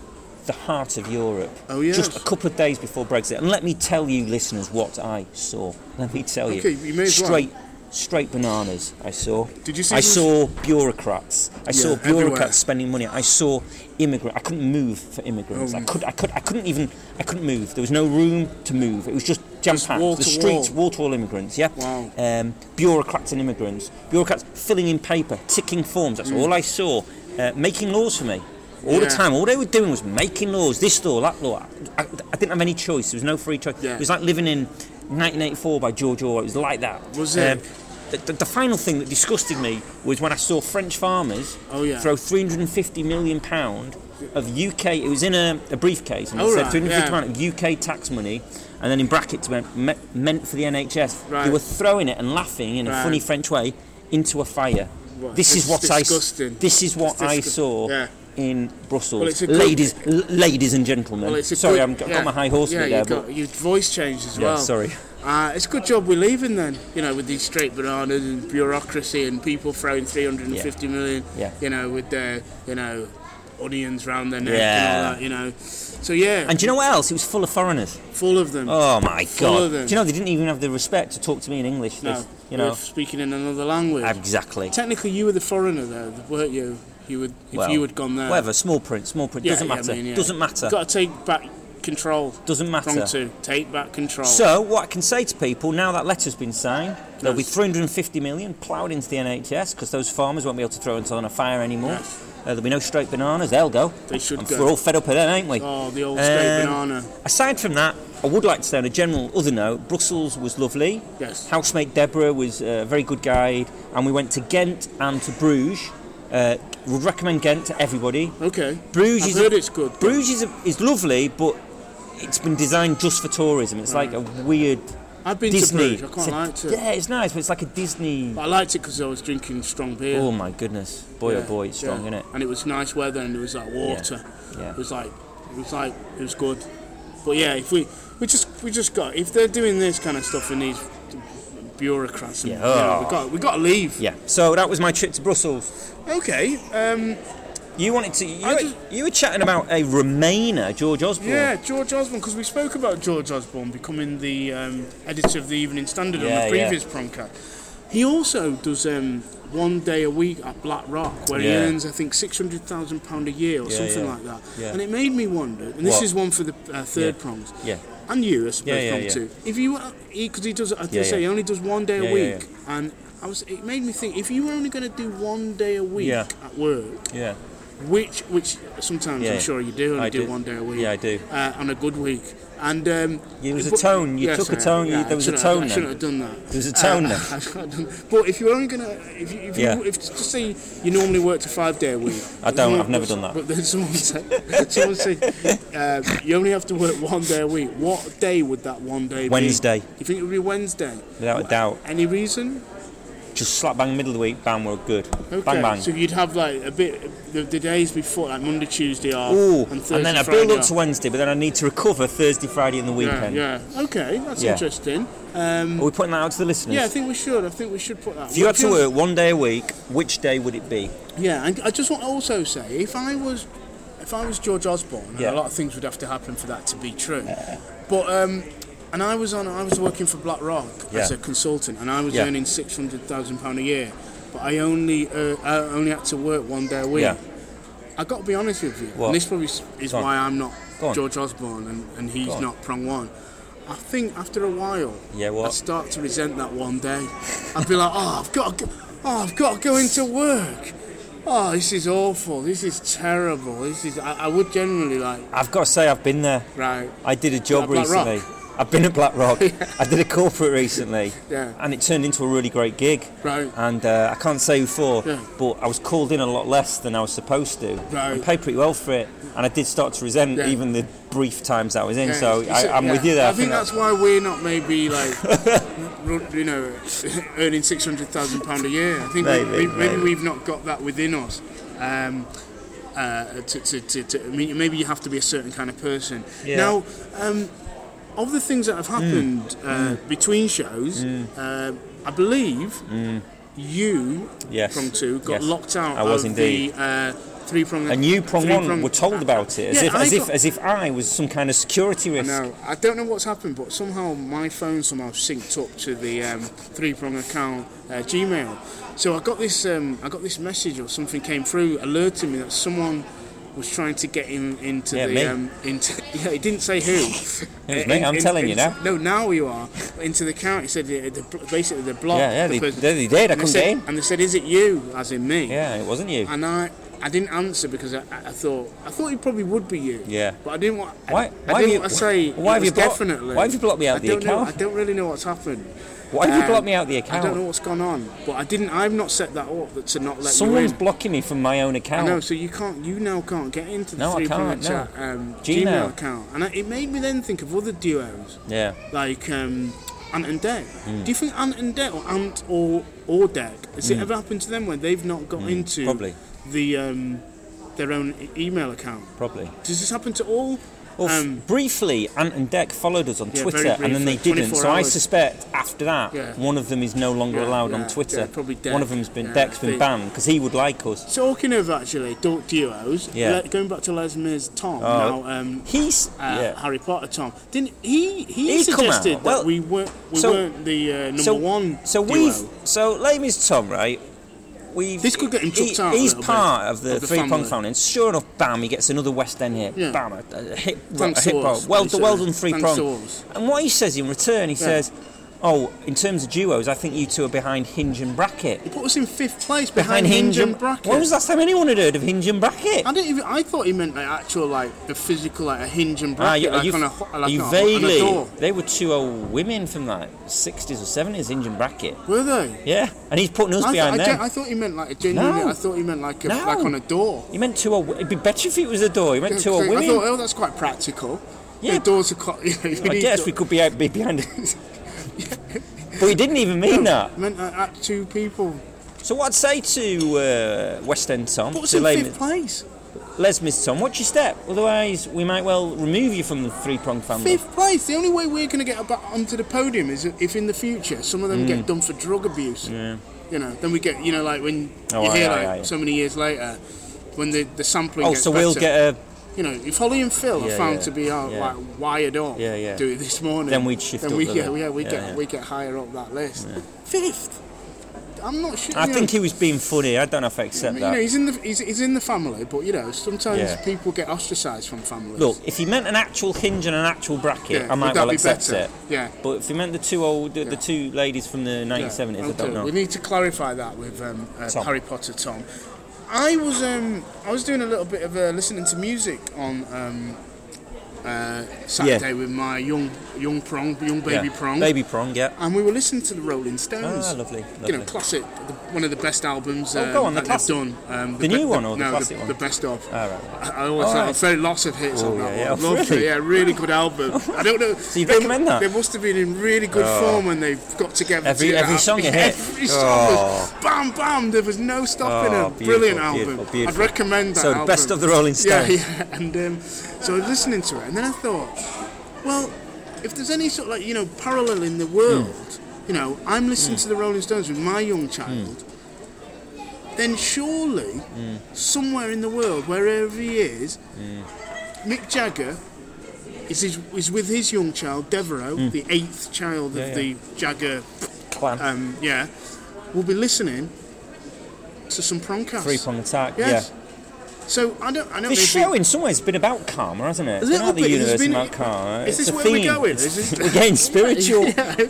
[SPEAKER 2] the heart of Europe,
[SPEAKER 1] Oh yes.
[SPEAKER 2] just a couple of days before Brexit. And let me tell you, listeners, what I saw. Let me tell
[SPEAKER 1] Okay,
[SPEAKER 2] you.
[SPEAKER 1] you may as well.
[SPEAKER 2] oh, straight, straight bananas. I saw.
[SPEAKER 1] Did you see?
[SPEAKER 2] I
[SPEAKER 1] those-
[SPEAKER 2] saw bureaucrats. I saw
[SPEAKER 1] Yeah, everywhere.
[SPEAKER 2] bureaucrats spending money. I saw immigrant. I couldn't move for immigrants.
[SPEAKER 1] Oh.
[SPEAKER 2] I could. I could. I couldn't even. I couldn't move. There was no room to move. It was just jam
[SPEAKER 1] wall
[SPEAKER 2] packed. The
[SPEAKER 1] to
[SPEAKER 2] streets,
[SPEAKER 1] wall.
[SPEAKER 2] wall to wall immigrants. Yeah.
[SPEAKER 1] Wow.
[SPEAKER 2] Um, bureaucrats and immigrants. Bureaucrats filling in paper, ticking forms. That's all I saw. Uh, making laws for me. All the
[SPEAKER 1] Mm. Yeah.
[SPEAKER 2] time, all they were doing was making laws. This law, that law. I, I didn't have any choice. There was no free choice.
[SPEAKER 1] Yeah.
[SPEAKER 2] It was like living in 1984 by George Orwell. It was like that.
[SPEAKER 1] Was it?
[SPEAKER 2] Um, the, the, the final thing that disgusted me was when I saw French farmers
[SPEAKER 1] Oh, yeah.
[SPEAKER 2] throw 350 million pound of UK. It was in a, a briefcase, and it
[SPEAKER 1] Oh,
[SPEAKER 2] said
[SPEAKER 1] right,
[SPEAKER 2] 350
[SPEAKER 1] yeah.
[SPEAKER 2] pound of UK tax money, and then in brackets meant, me- meant for the NHS. They
[SPEAKER 1] Right.
[SPEAKER 2] were throwing it and laughing in a
[SPEAKER 1] Right.
[SPEAKER 2] funny French way into a fire.
[SPEAKER 1] Right,
[SPEAKER 2] This is
[SPEAKER 1] it's
[SPEAKER 2] what I. s-
[SPEAKER 1] disgusting.
[SPEAKER 2] This is what
[SPEAKER 1] It's
[SPEAKER 2] I
[SPEAKER 1] disgu-
[SPEAKER 2] saw.
[SPEAKER 1] Yeah.
[SPEAKER 2] In Brussels,
[SPEAKER 1] Well, it's a good-
[SPEAKER 2] ladies, l- ladies and gentlemen.
[SPEAKER 1] Well, it's a
[SPEAKER 2] sorry,
[SPEAKER 1] good-
[SPEAKER 2] I'm got,
[SPEAKER 1] yeah.
[SPEAKER 2] got my high horse
[SPEAKER 1] Yeah,
[SPEAKER 2] there,
[SPEAKER 1] you've
[SPEAKER 2] but
[SPEAKER 1] got your voice changed as
[SPEAKER 2] yeah,
[SPEAKER 1] well.
[SPEAKER 2] sorry.
[SPEAKER 1] Uh, it's a good job we're leaving then, you know, with these straight bananas and bureaucracy and people throwing three hundred and fifty million,
[SPEAKER 2] Yeah.
[SPEAKER 1] you know, with their, you know, onions round their neck and
[SPEAKER 2] Yeah.
[SPEAKER 1] all that, you know. So, yeah,
[SPEAKER 2] And do you know what else? It was full of foreigners.
[SPEAKER 1] full of them.
[SPEAKER 2] Oh my
[SPEAKER 1] Full
[SPEAKER 2] god!
[SPEAKER 1] of them.
[SPEAKER 2] Do you know they didn't even have the respect to talk to me in English?
[SPEAKER 1] no,
[SPEAKER 2] They- you know
[SPEAKER 1] we're speaking in another language.
[SPEAKER 2] exactly.
[SPEAKER 1] Technically, you were the foreigner, though, weren't you? You would, if
[SPEAKER 2] Well,
[SPEAKER 1] you had gone there.
[SPEAKER 2] Whatever, small print, small print
[SPEAKER 1] Yeah,
[SPEAKER 2] doesn't
[SPEAKER 1] yeah, I
[SPEAKER 2] matter.
[SPEAKER 1] mean, yeah.
[SPEAKER 2] Doesn't matter.
[SPEAKER 1] You've got to take back control.
[SPEAKER 2] doesn't
[SPEAKER 1] Wrong
[SPEAKER 2] matter.
[SPEAKER 1] to take back control.
[SPEAKER 2] So what I can say to people now that letter's been signed, there'll be
[SPEAKER 1] Yes.
[SPEAKER 2] 350 million ploughed into the NHS because those farmers won't be able to throw it on a fire anymore.
[SPEAKER 1] Yes.
[SPEAKER 2] Uh, there'll be no straight bananas. They'll go.
[SPEAKER 1] They should
[SPEAKER 2] and
[SPEAKER 1] go.
[SPEAKER 2] We're all fed up of them, ain't we?
[SPEAKER 1] oh, the old straight
[SPEAKER 2] Um,
[SPEAKER 1] banana.
[SPEAKER 2] Aside from that, I would like to say on a general other note, Brussels was lovely.
[SPEAKER 1] Yes.
[SPEAKER 2] Housemate Deborah was uh, a very good guide, and we went to Ghent and to Bruges. Uh, would recommend Ghent to everybody.
[SPEAKER 1] Okay.
[SPEAKER 2] Bruges
[SPEAKER 1] I've
[SPEAKER 2] is
[SPEAKER 1] heard it's good.
[SPEAKER 2] Bruges is, is lovely, but it's been designed just for tourism. It's
[SPEAKER 1] Mm.
[SPEAKER 2] like a weird
[SPEAKER 1] I've been
[SPEAKER 2] Disney.
[SPEAKER 1] to Bruges. I
[SPEAKER 2] it's
[SPEAKER 1] quite
[SPEAKER 2] a-
[SPEAKER 1] liked it.
[SPEAKER 2] Yeah, it's nice, but it's like a Disney.
[SPEAKER 1] But I liked it because I was drinking strong beer.
[SPEAKER 2] Oh my goodness, boy
[SPEAKER 1] Yeah,
[SPEAKER 2] oh boy, it's strong,
[SPEAKER 1] yeah.
[SPEAKER 2] isn't it?
[SPEAKER 1] And it was nice weather, and it was like water.
[SPEAKER 2] Yeah.
[SPEAKER 1] It was like, it was like, it was good. But yeah, if we, we just, we just got. If they're doing this kind of stuff in these bureaucrats, and,
[SPEAKER 2] Yeah.
[SPEAKER 1] you know, we got, we got to leave.
[SPEAKER 2] Yeah. So that was my trip to Brussels.
[SPEAKER 1] Okay. Um,
[SPEAKER 2] You wanted to. You,
[SPEAKER 1] I
[SPEAKER 2] were,
[SPEAKER 1] just-
[SPEAKER 2] you were chatting about a Remainer, George Osborne.
[SPEAKER 1] yeah, George Osborne, because we spoke about George Osborne becoming the um, editor of the Evening Standard on
[SPEAKER 2] Yeah,
[SPEAKER 1] the
[SPEAKER 2] yeah.
[SPEAKER 1] previous promcast. He also does um, one day a week at Black Rock, where he
[SPEAKER 2] Yeah.
[SPEAKER 1] earns, I think, six hundred thousand pound a year or
[SPEAKER 2] Yeah,
[SPEAKER 1] something
[SPEAKER 2] yeah.
[SPEAKER 1] like that.
[SPEAKER 2] Yeah.
[SPEAKER 1] And it made me wonder. And this
[SPEAKER 2] What?
[SPEAKER 1] is one for the uh, third prongs.
[SPEAKER 2] Yeah.
[SPEAKER 1] And you, I suppose,
[SPEAKER 2] Yeah, yeah,
[SPEAKER 1] prong
[SPEAKER 2] yeah.
[SPEAKER 1] two. If you, because he, does, as
[SPEAKER 2] Yeah,
[SPEAKER 1] I say, he
[SPEAKER 2] yeah.
[SPEAKER 1] only does one day
[SPEAKER 2] Yeah,
[SPEAKER 1] a
[SPEAKER 2] yeah,
[SPEAKER 1] week, and I was, it made me think if you were only going to do one day a week
[SPEAKER 2] Yeah.
[SPEAKER 1] at work,
[SPEAKER 2] Yeah.
[SPEAKER 1] which, which sometimes
[SPEAKER 2] Yeah.
[SPEAKER 1] I'm sure you do, only
[SPEAKER 2] I
[SPEAKER 1] do,
[SPEAKER 2] do.
[SPEAKER 1] one day a week
[SPEAKER 2] Yeah, I do.
[SPEAKER 1] uh, on a good week. And um,
[SPEAKER 2] It was a
[SPEAKER 1] but-
[SPEAKER 2] tone. You
[SPEAKER 1] Yes,
[SPEAKER 2] took a
[SPEAKER 1] I-
[SPEAKER 2] tone.
[SPEAKER 1] yeah,
[SPEAKER 2] you, there was a
[SPEAKER 1] I shouldn't
[SPEAKER 2] tone.
[SPEAKER 1] have- I
[SPEAKER 2] then.
[SPEAKER 1] shouldn't have done that.
[SPEAKER 2] There was
[SPEAKER 1] *laughs*
[SPEAKER 2] a tone
[SPEAKER 1] Uh,
[SPEAKER 2] then.
[SPEAKER 1] I shouldn't have done- but if you're only gonna, if you, if you,
[SPEAKER 2] Yeah.
[SPEAKER 1] if just say you normally work to five day a week.
[SPEAKER 2] I
[SPEAKER 1] but
[SPEAKER 2] don't,
[SPEAKER 1] someone- *laughs*
[SPEAKER 2] I've never done that.
[SPEAKER 1] Uh, But then someone said, *laughs* someone said, uh, you only have to work one day a week. What day would that one day
[SPEAKER 2] Wednesday,
[SPEAKER 1] be? You think it would be Wednesday?
[SPEAKER 2] without a doubt.
[SPEAKER 1] Any reason?
[SPEAKER 2] Just slap bang middle of the week, bam, we're good.
[SPEAKER 1] Okay.
[SPEAKER 2] Bang bang.
[SPEAKER 1] So you'd have like a bit the, the days before, like Monday, Tuesday off,
[SPEAKER 2] Ooh,
[SPEAKER 1] and
[SPEAKER 2] and,
[SPEAKER 1] Thursday,
[SPEAKER 2] then I
[SPEAKER 1] Friday
[SPEAKER 2] build up
[SPEAKER 1] off.
[SPEAKER 2] to Wednesday, but then I need to recover Thursday, Friday, and the
[SPEAKER 1] yeah,
[SPEAKER 2] weekend.
[SPEAKER 1] yeah. Okay, that's
[SPEAKER 2] Yeah.
[SPEAKER 1] interesting. Um,
[SPEAKER 2] Are we putting that out to the listeners?
[SPEAKER 1] Yeah, I think we should. I think we should put that.
[SPEAKER 2] If you had to
[SPEAKER 1] Because-
[SPEAKER 2] work one day a week, which day would it be?
[SPEAKER 1] Yeah, and I just want to also say, if I was, if I was George Osborne, and a
[SPEAKER 2] Yeah.
[SPEAKER 1] lot of things would have to happen for that to be true. But um, and I was on, I was working for BlackRock as a
[SPEAKER 2] Yeah.
[SPEAKER 1] consultant, and I was
[SPEAKER 2] Yeah.
[SPEAKER 1] earning six hundred thousand pound a year, but I only, uh, I only had to work one day a week.
[SPEAKER 2] Yeah.
[SPEAKER 1] I got to be honest with you,
[SPEAKER 2] What?
[SPEAKER 1] and this probably s- is
[SPEAKER 2] Go on.
[SPEAKER 1] why I'm not
[SPEAKER 2] Go on.
[SPEAKER 1] George Osborne and, and he's
[SPEAKER 2] Go on.
[SPEAKER 1] not Prong One. I think after a while,
[SPEAKER 2] Yeah,
[SPEAKER 1] I
[SPEAKER 2] what?
[SPEAKER 1] start to resent that one day. I'd be like, oh, I've got, to go, oh, I've got to go into work. Oh, this is awful. This is terrible. This is. I, I would generally like
[SPEAKER 2] I've got to say, I've been there.
[SPEAKER 1] right. *laughs*
[SPEAKER 2] I did a job
[SPEAKER 1] Like Black Rock?
[SPEAKER 2] recently. I've been at Black Rock. I did a corporate recently,
[SPEAKER 1] Yeah.
[SPEAKER 2] and it turned into a really great gig.
[SPEAKER 1] Right.
[SPEAKER 2] And uh, I can't say who for,
[SPEAKER 1] Yeah.
[SPEAKER 2] but I was called in a lot less than I was supposed to.
[SPEAKER 1] Right.
[SPEAKER 2] And paid pretty well for it, and I did start to resent
[SPEAKER 1] Yeah.
[SPEAKER 2] even the brief times that I was in.
[SPEAKER 1] Yeah,
[SPEAKER 2] So
[SPEAKER 1] it's-
[SPEAKER 2] I,
[SPEAKER 1] it's-
[SPEAKER 2] I'm
[SPEAKER 1] yeah.
[SPEAKER 2] with you there.
[SPEAKER 1] I think that's why we're not maybe like, *laughs* ru- you know, *laughs* earning six hundred thousand pound a year. I think we-
[SPEAKER 2] Maybe,
[SPEAKER 1] we, maybe,
[SPEAKER 2] maybe.
[SPEAKER 1] we've not got that within us. Um, uh, to, to, to, to, I mean, maybe you have to be a certain kind of person.
[SPEAKER 2] Yeah. Hmm.
[SPEAKER 1] Now, um, of the things that have happened uh, between shows, uh, I believe you
[SPEAKER 2] Yes.
[SPEAKER 1] from two got
[SPEAKER 2] Hmm. Yes.
[SPEAKER 1] locked out
[SPEAKER 2] I was
[SPEAKER 1] of
[SPEAKER 2] indeed.
[SPEAKER 1] the uh, three prong.
[SPEAKER 2] and you, prong
[SPEAKER 1] three
[SPEAKER 2] one,
[SPEAKER 1] prong-
[SPEAKER 2] were told about it as
[SPEAKER 1] Yeah,
[SPEAKER 2] if
[SPEAKER 1] I
[SPEAKER 2] as if
[SPEAKER 1] got-
[SPEAKER 2] as if I was some kind of security risk.
[SPEAKER 1] No, I don't know what's happened, but somehow my phone somehow synced up to the um, three prong account uh, Gmail. So I got this, um, I got this message or something came through alerting me that someone was trying to get in into
[SPEAKER 2] Yeah,
[SPEAKER 1] the
[SPEAKER 2] me.
[SPEAKER 1] um, into. *laughs* Yeah, it didn't say who.
[SPEAKER 2] was me, I'm telling you now.
[SPEAKER 1] No, now you are into the account. He said they, they, bl- basically they blocked.
[SPEAKER 2] Yeah, yeah,
[SPEAKER 1] the
[SPEAKER 2] they,
[SPEAKER 1] person.
[SPEAKER 2] they, they did. I
[SPEAKER 1] and, they
[SPEAKER 2] couldn't get
[SPEAKER 1] said,
[SPEAKER 2] in.
[SPEAKER 1] and they said, "Is it you?" As in me.
[SPEAKER 2] Yeah, it wasn't you.
[SPEAKER 1] And I, I didn't answer because I, I thought I thought it probably would be you.
[SPEAKER 2] Yeah.
[SPEAKER 1] But I didn't want.
[SPEAKER 2] Why-
[SPEAKER 1] I,
[SPEAKER 2] why have
[SPEAKER 1] I didn't
[SPEAKER 2] you-
[SPEAKER 1] want to say.
[SPEAKER 2] why
[SPEAKER 1] it
[SPEAKER 2] have you
[SPEAKER 1] was
[SPEAKER 2] blocked-
[SPEAKER 1] definitely.
[SPEAKER 2] why have you blocked me out
[SPEAKER 1] I
[SPEAKER 2] the
[SPEAKER 1] don't Know,
[SPEAKER 2] account?
[SPEAKER 1] I don't really know what's happened.
[SPEAKER 2] Why have you
[SPEAKER 1] Um,
[SPEAKER 2] blocked me out of the
[SPEAKER 1] I don't know
[SPEAKER 2] account?
[SPEAKER 1] what's gone on, but I didn't. I've not set that up that to not let you
[SPEAKER 2] Someone's
[SPEAKER 1] in.
[SPEAKER 2] blocking me from my own
[SPEAKER 1] I
[SPEAKER 2] account.
[SPEAKER 1] know, so you can't. You now can't get into the
[SPEAKER 2] No, I
[SPEAKER 1] three
[SPEAKER 2] can't, no.
[SPEAKER 1] chat um,
[SPEAKER 2] Gmail.
[SPEAKER 1] Gmail. account, and I, it made me then think of other duos
[SPEAKER 2] Yeah.
[SPEAKER 1] like um, Ant and Deck.
[SPEAKER 2] Hmm.
[SPEAKER 1] Do you think Ant and Deck or Ant or or Deck? Has it ever happened to them where they've not got into
[SPEAKER 2] Hmm. Probably.
[SPEAKER 1] the um, their own e- email account?
[SPEAKER 2] Probably.
[SPEAKER 1] Does this happen to all?
[SPEAKER 2] Well, f-
[SPEAKER 1] Um,
[SPEAKER 2] briefly, Ant and Deck followed us on
[SPEAKER 1] Yeah, very
[SPEAKER 2] Twitter, and then
[SPEAKER 1] briefly,
[SPEAKER 2] they didn't.
[SPEAKER 1] 24
[SPEAKER 2] So I
[SPEAKER 1] hours.
[SPEAKER 2] suspect after that,
[SPEAKER 1] Yeah.
[SPEAKER 2] one of them is no longer
[SPEAKER 1] Yeah,
[SPEAKER 2] allowed
[SPEAKER 1] yeah,
[SPEAKER 2] on Twitter.
[SPEAKER 1] yeah, probably Deck.
[SPEAKER 2] One of them's been
[SPEAKER 1] Yeah,
[SPEAKER 2] Deck's
[SPEAKER 1] they-
[SPEAKER 2] been banned because he would like us.
[SPEAKER 1] Talking of actually du- duos,
[SPEAKER 2] Yeah.
[SPEAKER 1] le- going back to Les Mis Tom
[SPEAKER 2] Oh.
[SPEAKER 1] now. Um,
[SPEAKER 2] He's
[SPEAKER 1] uh,
[SPEAKER 2] yeah.
[SPEAKER 1] Harry Potter Tom didn't he? He
[SPEAKER 2] He'd come
[SPEAKER 1] suggested
[SPEAKER 2] out. Well,
[SPEAKER 1] that we weren't we
[SPEAKER 2] so-
[SPEAKER 1] weren't the uh, number
[SPEAKER 2] so
[SPEAKER 1] one.
[SPEAKER 2] so
[SPEAKER 1] duo.
[SPEAKER 2] we've so lame is Tom right. We've,
[SPEAKER 1] This could get him chucked
[SPEAKER 2] he,
[SPEAKER 1] out a
[SPEAKER 2] He's
[SPEAKER 1] little bit
[SPEAKER 2] part of the,
[SPEAKER 1] of the
[SPEAKER 2] three prong
[SPEAKER 1] family.
[SPEAKER 2] family, and sure enough, bam, he gets another West End hit.
[SPEAKER 1] Yeah.
[SPEAKER 2] Bam, a, a hit,
[SPEAKER 1] Thanks
[SPEAKER 2] a hit
[SPEAKER 1] to
[SPEAKER 2] roll.
[SPEAKER 1] us,
[SPEAKER 2] Well,
[SPEAKER 1] they
[SPEAKER 2] well
[SPEAKER 1] said.
[SPEAKER 2] done, three
[SPEAKER 1] Thanks
[SPEAKER 2] prong.
[SPEAKER 1] to us.
[SPEAKER 2] And what he says in return, he
[SPEAKER 1] Yeah.
[SPEAKER 2] says, "Oh, in terms of duos, I think you two are behind Hinge and Bracket."
[SPEAKER 1] He put us in fifth place
[SPEAKER 2] behind
[SPEAKER 1] behind, Hinge and Bracket.
[SPEAKER 2] When was the last time anyone had heard of Hinge and Bracket?
[SPEAKER 1] I didn't even. I thought he meant like actual, like the physical, like a hinge and
[SPEAKER 2] Ah,
[SPEAKER 1] bracket,
[SPEAKER 2] you-
[SPEAKER 1] like
[SPEAKER 2] you-
[SPEAKER 1] on a ho- like
[SPEAKER 2] you
[SPEAKER 1] on a-
[SPEAKER 2] vaguely.
[SPEAKER 1] on a door.
[SPEAKER 2] They were two old women from like 60s or 70s, Hinge and Bracket.
[SPEAKER 1] Were they?
[SPEAKER 2] Yeah, and he's putting us
[SPEAKER 1] I,
[SPEAKER 2] behind
[SPEAKER 1] I,
[SPEAKER 2] them.
[SPEAKER 1] gen- I thought he meant like a genuine.
[SPEAKER 2] No.
[SPEAKER 1] I thought he meant like a,
[SPEAKER 2] No.
[SPEAKER 1] like on a door.
[SPEAKER 2] He meant two old. It'd be better if it was a door. He meant two old
[SPEAKER 1] I
[SPEAKER 2] women.
[SPEAKER 1] thought, oh, that's quite practical.
[SPEAKER 2] Yeah.
[SPEAKER 1] The doors are quite. *laughs* You know, you
[SPEAKER 2] I
[SPEAKER 1] need
[SPEAKER 2] guess
[SPEAKER 1] to-
[SPEAKER 2] we could be out be behind. but he didn't even mean that.
[SPEAKER 1] I meant like, at two people.
[SPEAKER 2] So what I'd say to uh, West End Tom,
[SPEAKER 1] Put us
[SPEAKER 2] to
[SPEAKER 1] in
[SPEAKER 2] Les,
[SPEAKER 1] fifth place.
[SPEAKER 2] Les Mis Tom, watch your step. Otherwise, we might well remove you from the three prong family.
[SPEAKER 1] Fifth place. The only way we're going to get about onto the podium is if in the future some of them
[SPEAKER 2] Mm.
[SPEAKER 1] get done for drug abuse.
[SPEAKER 2] Yeah.
[SPEAKER 1] You know, then we get. You know, like when
[SPEAKER 2] Oh,
[SPEAKER 1] you
[SPEAKER 2] aye,
[SPEAKER 1] hear
[SPEAKER 2] aye,
[SPEAKER 1] like
[SPEAKER 2] aye.
[SPEAKER 1] so many years later, when the the sampling.
[SPEAKER 2] Oh,
[SPEAKER 1] gets
[SPEAKER 2] so we'll
[SPEAKER 1] better.
[SPEAKER 2] get a
[SPEAKER 1] you know, if Holly and Phil
[SPEAKER 2] Yeah,
[SPEAKER 1] are found
[SPEAKER 2] yeah,
[SPEAKER 1] to be uh,
[SPEAKER 2] yeah.
[SPEAKER 1] like wired up,
[SPEAKER 2] Yeah, yeah.
[SPEAKER 1] do it this morning,
[SPEAKER 2] Then we'd shift
[SPEAKER 1] then
[SPEAKER 2] up
[SPEAKER 1] we,
[SPEAKER 2] the
[SPEAKER 1] yeah,
[SPEAKER 2] level.
[SPEAKER 1] yeah, we
[SPEAKER 2] Yeah,
[SPEAKER 1] get
[SPEAKER 2] yeah.
[SPEAKER 1] we get higher up that list. Fifth, I'm not sure.
[SPEAKER 2] I
[SPEAKER 1] you
[SPEAKER 2] think
[SPEAKER 1] know,
[SPEAKER 2] he was being funny. I don't know if I accept
[SPEAKER 1] you know,
[SPEAKER 2] that.
[SPEAKER 1] he's in the he's, he's in the family, but you know, sometimes
[SPEAKER 2] Yeah.
[SPEAKER 1] people get ostracised from families.
[SPEAKER 2] Look, if he meant an actual hinge and an actual bracket,
[SPEAKER 1] yeah,
[SPEAKER 2] I
[SPEAKER 1] would
[SPEAKER 2] might
[SPEAKER 1] that
[SPEAKER 2] well
[SPEAKER 1] be
[SPEAKER 2] accept
[SPEAKER 1] better?
[SPEAKER 2] it.
[SPEAKER 1] Yeah.
[SPEAKER 2] But if he meant the two old, the,
[SPEAKER 1] Yeah.
[SPEAKER 2] the two ladies from the 1970s, I
[SPEAKER 1] okay.
[SPEAKER 2] don't know.
[SPEAKER 1] We need to clarify that with um, uh,
[SPEAKER 2] Tom.
[SPEAKER 1] Harry Potter Tom. I was um, I was doing a little bit of uh, listening to music on um, uh, Saturday with my young young prong young baby
[SPEAKER 2] Yeah.
[SPEAKER 1] prong.
[SPEAKER 2] Baby prong, yeah.
[SPEAKER 1] and we were listening to the Rolling Stones.
[SPEAKER 2] Ah, lovely. lovely.
[SPEAKER 1] Mm. You know, classic, the, one of the best albums
[SPEAKER 2] Oh,
[SPEAKER 1] um,
[SPEAKER 2] go on, the
[SPEAKER 1] that
[SPEAKER 2] classic.
[SPEAKER 1] they've done. Um,
[SPEAKER 2] The new one or the
[SPEAKER 1] no,
[SPEAKER 2] classic one?
[SPEAKER 1] The best of.
[SPEAKER 2] All right.
[SPEAKER 1] I I always
[SPEAKER 2] All
[SPEAKER 1] thought
[SPEAKER 2] right.
[SPEAKER 1] very lots of hits
[SPEAKER 2] Oh,
[SPEAKER 1] on that
[SPEAKER 2] yeah,
[SPEAKER 1] one.
[SPEAKER 2] yeah.
[SPEAKER 1] Lovely,
[SPEAKER 2] Really?
[SPEAKER 1] yeah, really good album. I don't know.
[SPEAKER 2] So you'd recommend that?
[SPEAKER 1] They must have been in really good form when they got together.
[SPEAKER 2] Oh. Every-
[SPEAKER 1] to do
[SPEAKER 2] every
[SPEAKER 1] that.
[SPEAKER 2] song a hit?
[SPEAKER 1] Every song was bam, bam. There was no stopping
[SPEAKER 2] Oh,
[SPEAKER 1] it. Brilliant
[SPEAKER 2] beautiful,
[SPEAKER 1] album.
[SPEAKER 2] beautiful, beautiful.
[SPEAKER 1] I'd recommend that
[SPEAKER 2] So the
[SPEAKER 1] album.
[SPEAKER 2] best of the Rolling Stones.
[SPEAKER 1] Yeah, yeah. *laughs* And um, so I was listening to it, and then I thought, well, if there's any sort of like you know parallel in the world, you know, I'm listening to the Rolling Stones with my young child. Then surely, somewhere in the world, wherever he is, Mick Jagger is, his, is with his young child Devereaux, the eighth child of
[SPEAKER 2] Hmm. Yeah, yeah.
[SPEAKER 1] the Jagger.
[SPEAKER 2] Clan.
[SPEAKER 1] Um, yeah, will be listening to some prongcasts.
[SPEAKER 2] Three prong attack,
[SPEAKER 1] Yes.
[SPEAKER 2] yeah.
[SPEAKER 1] So I don't. I don't. know
[SPEAKER 2] This
[SPEAKER 1] if we-
[SPEAKER 2] show, in some ways, has been about karma, hasn't it? It's
[SPEAKER 1] little
[SPEAKER 2] been about the
[SPEAKER 1] bit, it's
[SPEAKER 2] universe and
[SPEAKER 1] been-
[SPEAKER 2] about karma.
[SPEAKER 1] is
[SPEAKER 2] It's
[SPEAKER 1] this
[SPEAKER 2] a
[SPEAKER 1] where we're
[SPEAKER 2] theme.
[SPEAKER 1] going?
[SPEAKER 2] It's- *laughs*
[SPEAKER 1] Is this- *laughs*
[SPEAKER 2] we're getting spiritual.
[SPEAKER 1] Yeah.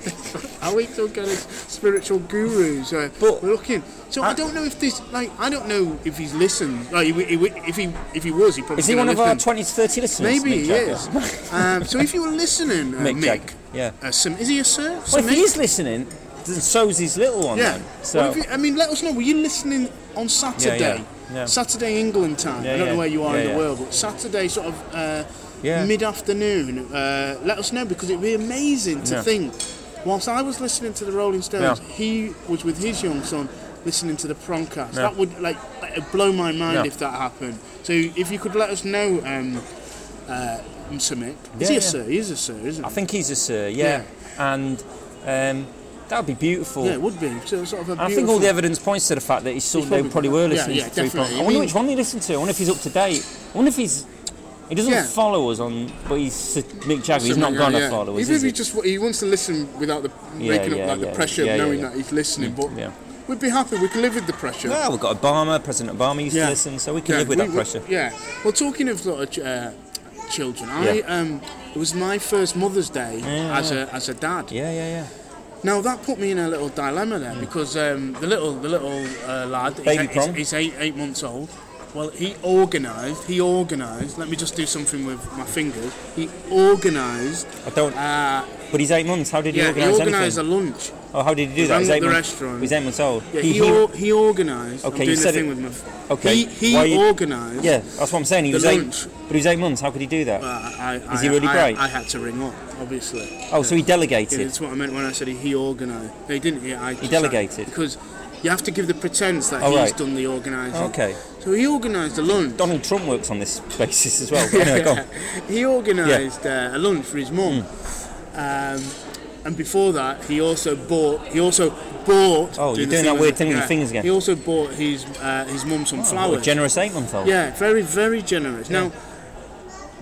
[SPEAKER 1] Are we some kind of spiritual gurus? Uh,
[SPEAKER 2] But-
[SPEAKER 1] we're looking. So I,
[SPEAKER 2] I-
[SPEAKER 1] don't know if this, like, I don't know if he's listened. Like, he w- he w- if he if he was, he probably
[SPEAKER 2] Is he
[SPEAKER 1] gonna
[SPEAKER 2] one of our
[SPEAKER 1] listen.
[SPEAKER 2] 20 to 30 listeners?
[SPEAKER 1] Maybe
[SPEAKER 2] Mick
[SPEAKER 1] he
[SPEAKER 2] Jagger?
[SPEAKER 1] is. um, so if you were listening, uh,
[SPEAKER 2] Mick
[SPEAKER 1] Mick,
[SPEAKER 2] Jagger, yeah.
[SPEAKER 1] uh, Sim, is he a sir?
[SPEAKER 2] *laughs* Well, if
[SPEAKER 1] Simi?
[SPEAKER 2] he is listening, then so's his little one
[SPEAKER 1] yeah.
[SPEAKER 2] then.
[SPEAKER 1] Well,
[SPEAKER 2] So,
[SPEAKER 1] if you- I mean, let us know. Were you listening on Saturday?
[SPEAKER 2] yeah.
[SPEAKER 1] Saturday England time.
[SPEAKER 2] Yeah,
[SPEAKER 1] I don't
[SPEAKER 2] yeah.
[SPEAKER 1] know where you are
[SPEAKER 2] Yeah,
[SPEAKER 1] in the
[SPEAKER 2] yeah.
[SPEAKER 1] world, but Saturday sort of. Uh,
[SPEAKER 2] yeah.
[SPEAKER 1] mid-afternoon. Uh, let us know because it'd be amazing to
[SPEAKER 2] Yeah.
[SPEAKER 1] think. Whilst I was listening to the Rolling Stones,
[SPEAKER 2] Yeah.
[SPEAKER 1] he was with his young son listening to the Promcast.
[SPEAKER 2] Yeah.
[SPEAKER 1] That would like it'd blow my mind
[SPEAKER 2] Yeah.
[SPEAKER 1] if that happened. So if you could let us know, um, uh, Sumit, is
[SPEAKER 2] Yeah,
[SPEAKER 1] he a
[SPEAKER 2] yeah.
[SPEAKER 1] sir? He is a sir, isn't
[SPEAKER 2] I
[SPEAKER 1] he?
[SPEAKER 2] think he's a sir, yeah. And um, that would be beautiful.
[SPEAKER 1] Yeah, it would be. So sort of a
[SPEAKER 2] And I think all the
[SPEAKER 1] beautiful-
[SPEAKER 2] evidence points to the fact that he's still,
[SPEAKER 1] He's
[SPEAKER 2] they
[SPEAKER 1] probably-
[SPEAKER 2] probably were
[SPEAKER 1] yeah,
[SPEAKER 2] listening
[SPEAKER 1] yeah,
[SPEAKER 2] to three
[SPEAKER 1] definitely.
[SPEAKER 2] podcasts. I
[SPEAKER 1] I
[SPEAKER 2] wonder
[SPEAKER 1] mean-
[SPEAKER 2] which one he listened to. I wonder if he's up to date. I wonder if he's. He doesn't
[SPEAKER 1] Yeah.
[SPEAKER 2] follow us on. But he's Mick Jagger. He's not
[SPEAKER 1] Sumit,
[SPEAKER 2] going to
[SPEAKER 1] yeah.
[SPEAKER 2] follow us.
[SPEAKER 1] Even if
[SPEAKER 2] Is
[SPEAKER 1] he
[SPEAKER 2] he?
[SPEAKER 1] just he wants to listen without the
[SPEAKER 2] Yeah,
[SPEAKER 1] making up
[SPEAKER 2] yeah,
[SPEAKER 1] like
[SPEAKER 2] yeah,
[SPEAKER 1] the pressure
[SPEAKER 2] yeah,
[SPEAKER 1] of
[SPEAKER 2] yeah,
[SPEAKER 1] knowing
[SPEAKER 2] yeah. Mm.
[SPEAKER 1] that he's listening, but
[SPEAKER 2] Yeah.
[SPEAKER 1] we'd be happy. We could live with the pressure.
[SPEAKER 2] Well, we've got Obama, President Obama used
[SPEAKER 1] Yeah.
[SPEAKER 2] to listen, so we can live with
[SPEAKER 1] we-
[SPEAKER 2] that
[SPEAKER 1] we-
[SPEAKER 2] pressure.
[SPEAKER 1] Yeah. Well, talking of sort of uh, children, I um, it was my first Mother's Day
[SPEAKER 2] Yeah,
[SPEAKER 1] as a as a dad.
[SPEAKER 2] Yeah, yeah, yeah.
[SPEAKER 1] Now that put me in a little dilemma there because um, the little the little uh, lad, he's-
[SPEAKER 2] Mm. Baby
[SPEAKER 1] he's,
[SPEAKER 2] prom.
[SPEAKER 1] he's eight eight months old. Well, he organised. He organised. Let me just do something with my fingers. He organised.
[SPEAKER 2] I don't.
[SPEAKER 1] Uh,
[SPEAKER 2] But he's eight months. How did he
[SPEAKER 1] yeah, he
[SPEAKER 2] organise
[SPEAKER 1] organised a
[SPEAKER 2] anything?
[SPEAKER 1] lunch.
[SPEAKER 2] oh, how did he do
[SPEAKER 1] he
[SPEAKER 2] that?
[SPEAKER 1] rang
[SPEAKER 2] He's
[SPEAKER 1] up
[SPEAKER 2] eight,
[SPEAKER 1] the
[SPEAKER 2] months,
[SPEAKER 1] restaurant.
[SPEAKER 2] he's eight months old.
[SPEAKER 1] Yeah, he or, he organised.
[SPEAKER 2] Okay,
[SPEAKER 1] I'm doing
[SPEAKER 2] you
[SPEAKER 1] the
[SPEAKER 2] said
[SPEAKER 1] thing
[SPEAKER 2] it-
[SPEAKER 1] with my.
[SPEAKER 2] okay.
[SPEAKER 1] He, he
[SPEAKER 2] Why you-
[SPEAKER 1] organised.
[SPEAKER 2] yeah, that's what I'm saying. He
[SPEAKER 1] The
[SPEAKER 2] was eight,
[SPEAKER 1] lunch.
[SPEAKER 2] but he was eight months. How could he do that?
[SPEAKER 1] Uh, I,
[SPEAKER 2] Is
[SPEAKER 1] I,
[SPEAKER 2] he really
[SPEAKER 1] I,
[SPEAKER 2] great?
[SPEAKER 1] I had to ring up, obviously.
[SPEAKER 2] oh, so he
[SPEAKER 1] Yeah,
[SPEAKER 2] delegated.
[SPEAKER 1] that's what I meant when I said he, he organised. They didn't. Yeah, I just-
[SPEAKER 2] delegated.
[SPEAKER 1] because you have to give the pretense that
[SPEAKER 2] Oh,
[SPEAKER 1] he's
[SPEAKER 2] right.
[SPEAKER 1] done the organising.
[SPEAKER 2] okay.
[SPEAKER 1] So he organised a lunch.
[SPEAKER 2] Donald Trump works on this basis as
[SPEAKER 1] *laughs*
[SPEAKER 2] well. Anyway, go on.
[SPEAKER 1] he organised uh, a lunch for his mum.
[SPEAKER 2] Mm.
[SPEAKER 1] Um, and before that, he also bought. He also bought.
[SPEAKER 2] Oh, you're
[SPEAKER 1] the
[SPEAKER 2] doing that
[SPEAKER 1] with
[SPEAKER 2] weird
[SPEAKER 1] the-
[SPEAKER 2] thing with your fingers again. Oh,
[SPEAKER 1] He also bought his uh, his mum some
[SPEAKER 2] What a
[SPEAKER 1] flowers.
[SPEAKER 2] generous eight month old.
[SPEAKER 1] Yeah, very, very generous. Now,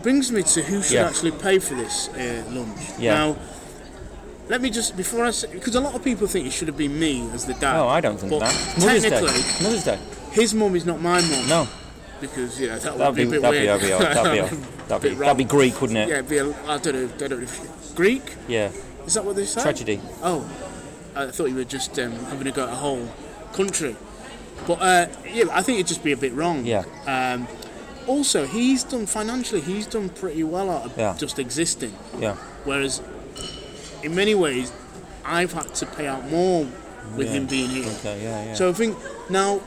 [SPEAKER 1] brings me to who should
[SPEAKER 2] Yeah.
[SPEAKER 1] actually pay for this uh, lunch.
[SPEAKER 2] Yeah.
[SPEAKER 1] Now, let me just, before I say, because a lot of people think it should have been me as the dad.
[SPEAKER 2] Oh, I don't think
[SPEAKER 1] but
[SPEAKER 2] that. Mother's
[SPEAKER 1] Technically,
[SPEAKER 2] Day. Mother's Day.
[SPEAKER 1] his mum is not my mum.
[SPEAKER 2] No,
[SPEAKER 1] Because, you know, that would
[SPEAKER 2] that'd
[SPEAKER 1] be,
[SPEAKER 2] be
[SPEAKER 1] a bit
[SPEAKER 2] that'd be
[SPEAKER 1] weird.
[SPEAKER 2] that'd
[SPEAKER 1] *laughs*
[SPEAKER 2] be odd. that'd be odd. that'd be
[SPEAKER 1] Bit
[SPEAKER 2] that'd be
[SPEAKER 1] wrong.
[SPEAKER 2] Greek, wouldn't it?
[SPEAKER 1] Yeah, it'd be a, I don't know, I don't know. Greek?
[SPEAKER 2] Yeah.
[SPEAKER 1] Is that what they say?
[SPEAKER 2] Tragedy.
[SPEAKER 1] Oh, I thought you were just um, having a go at a whole country. But uh, yeah, I think it'd just be a bit wrong.
[SPEAKER 2] Yeah.
[SPEAKER 1] Um, also, he's done financially. He's done pretty well out of
[SPEAKER 2] Yeah.
[SPEAKER 1] just existing.
[SPEAKER 2] Yeah.
[SPEAKER 1] Whereas, in many ways, I've had to pay out more with
[SPEAKER 2] Yeah.
[SPEAKER 1] him being here.
[SPEAKER 2] Okay. Yeah. Yeah.
[SPEAKER 1] So I think now.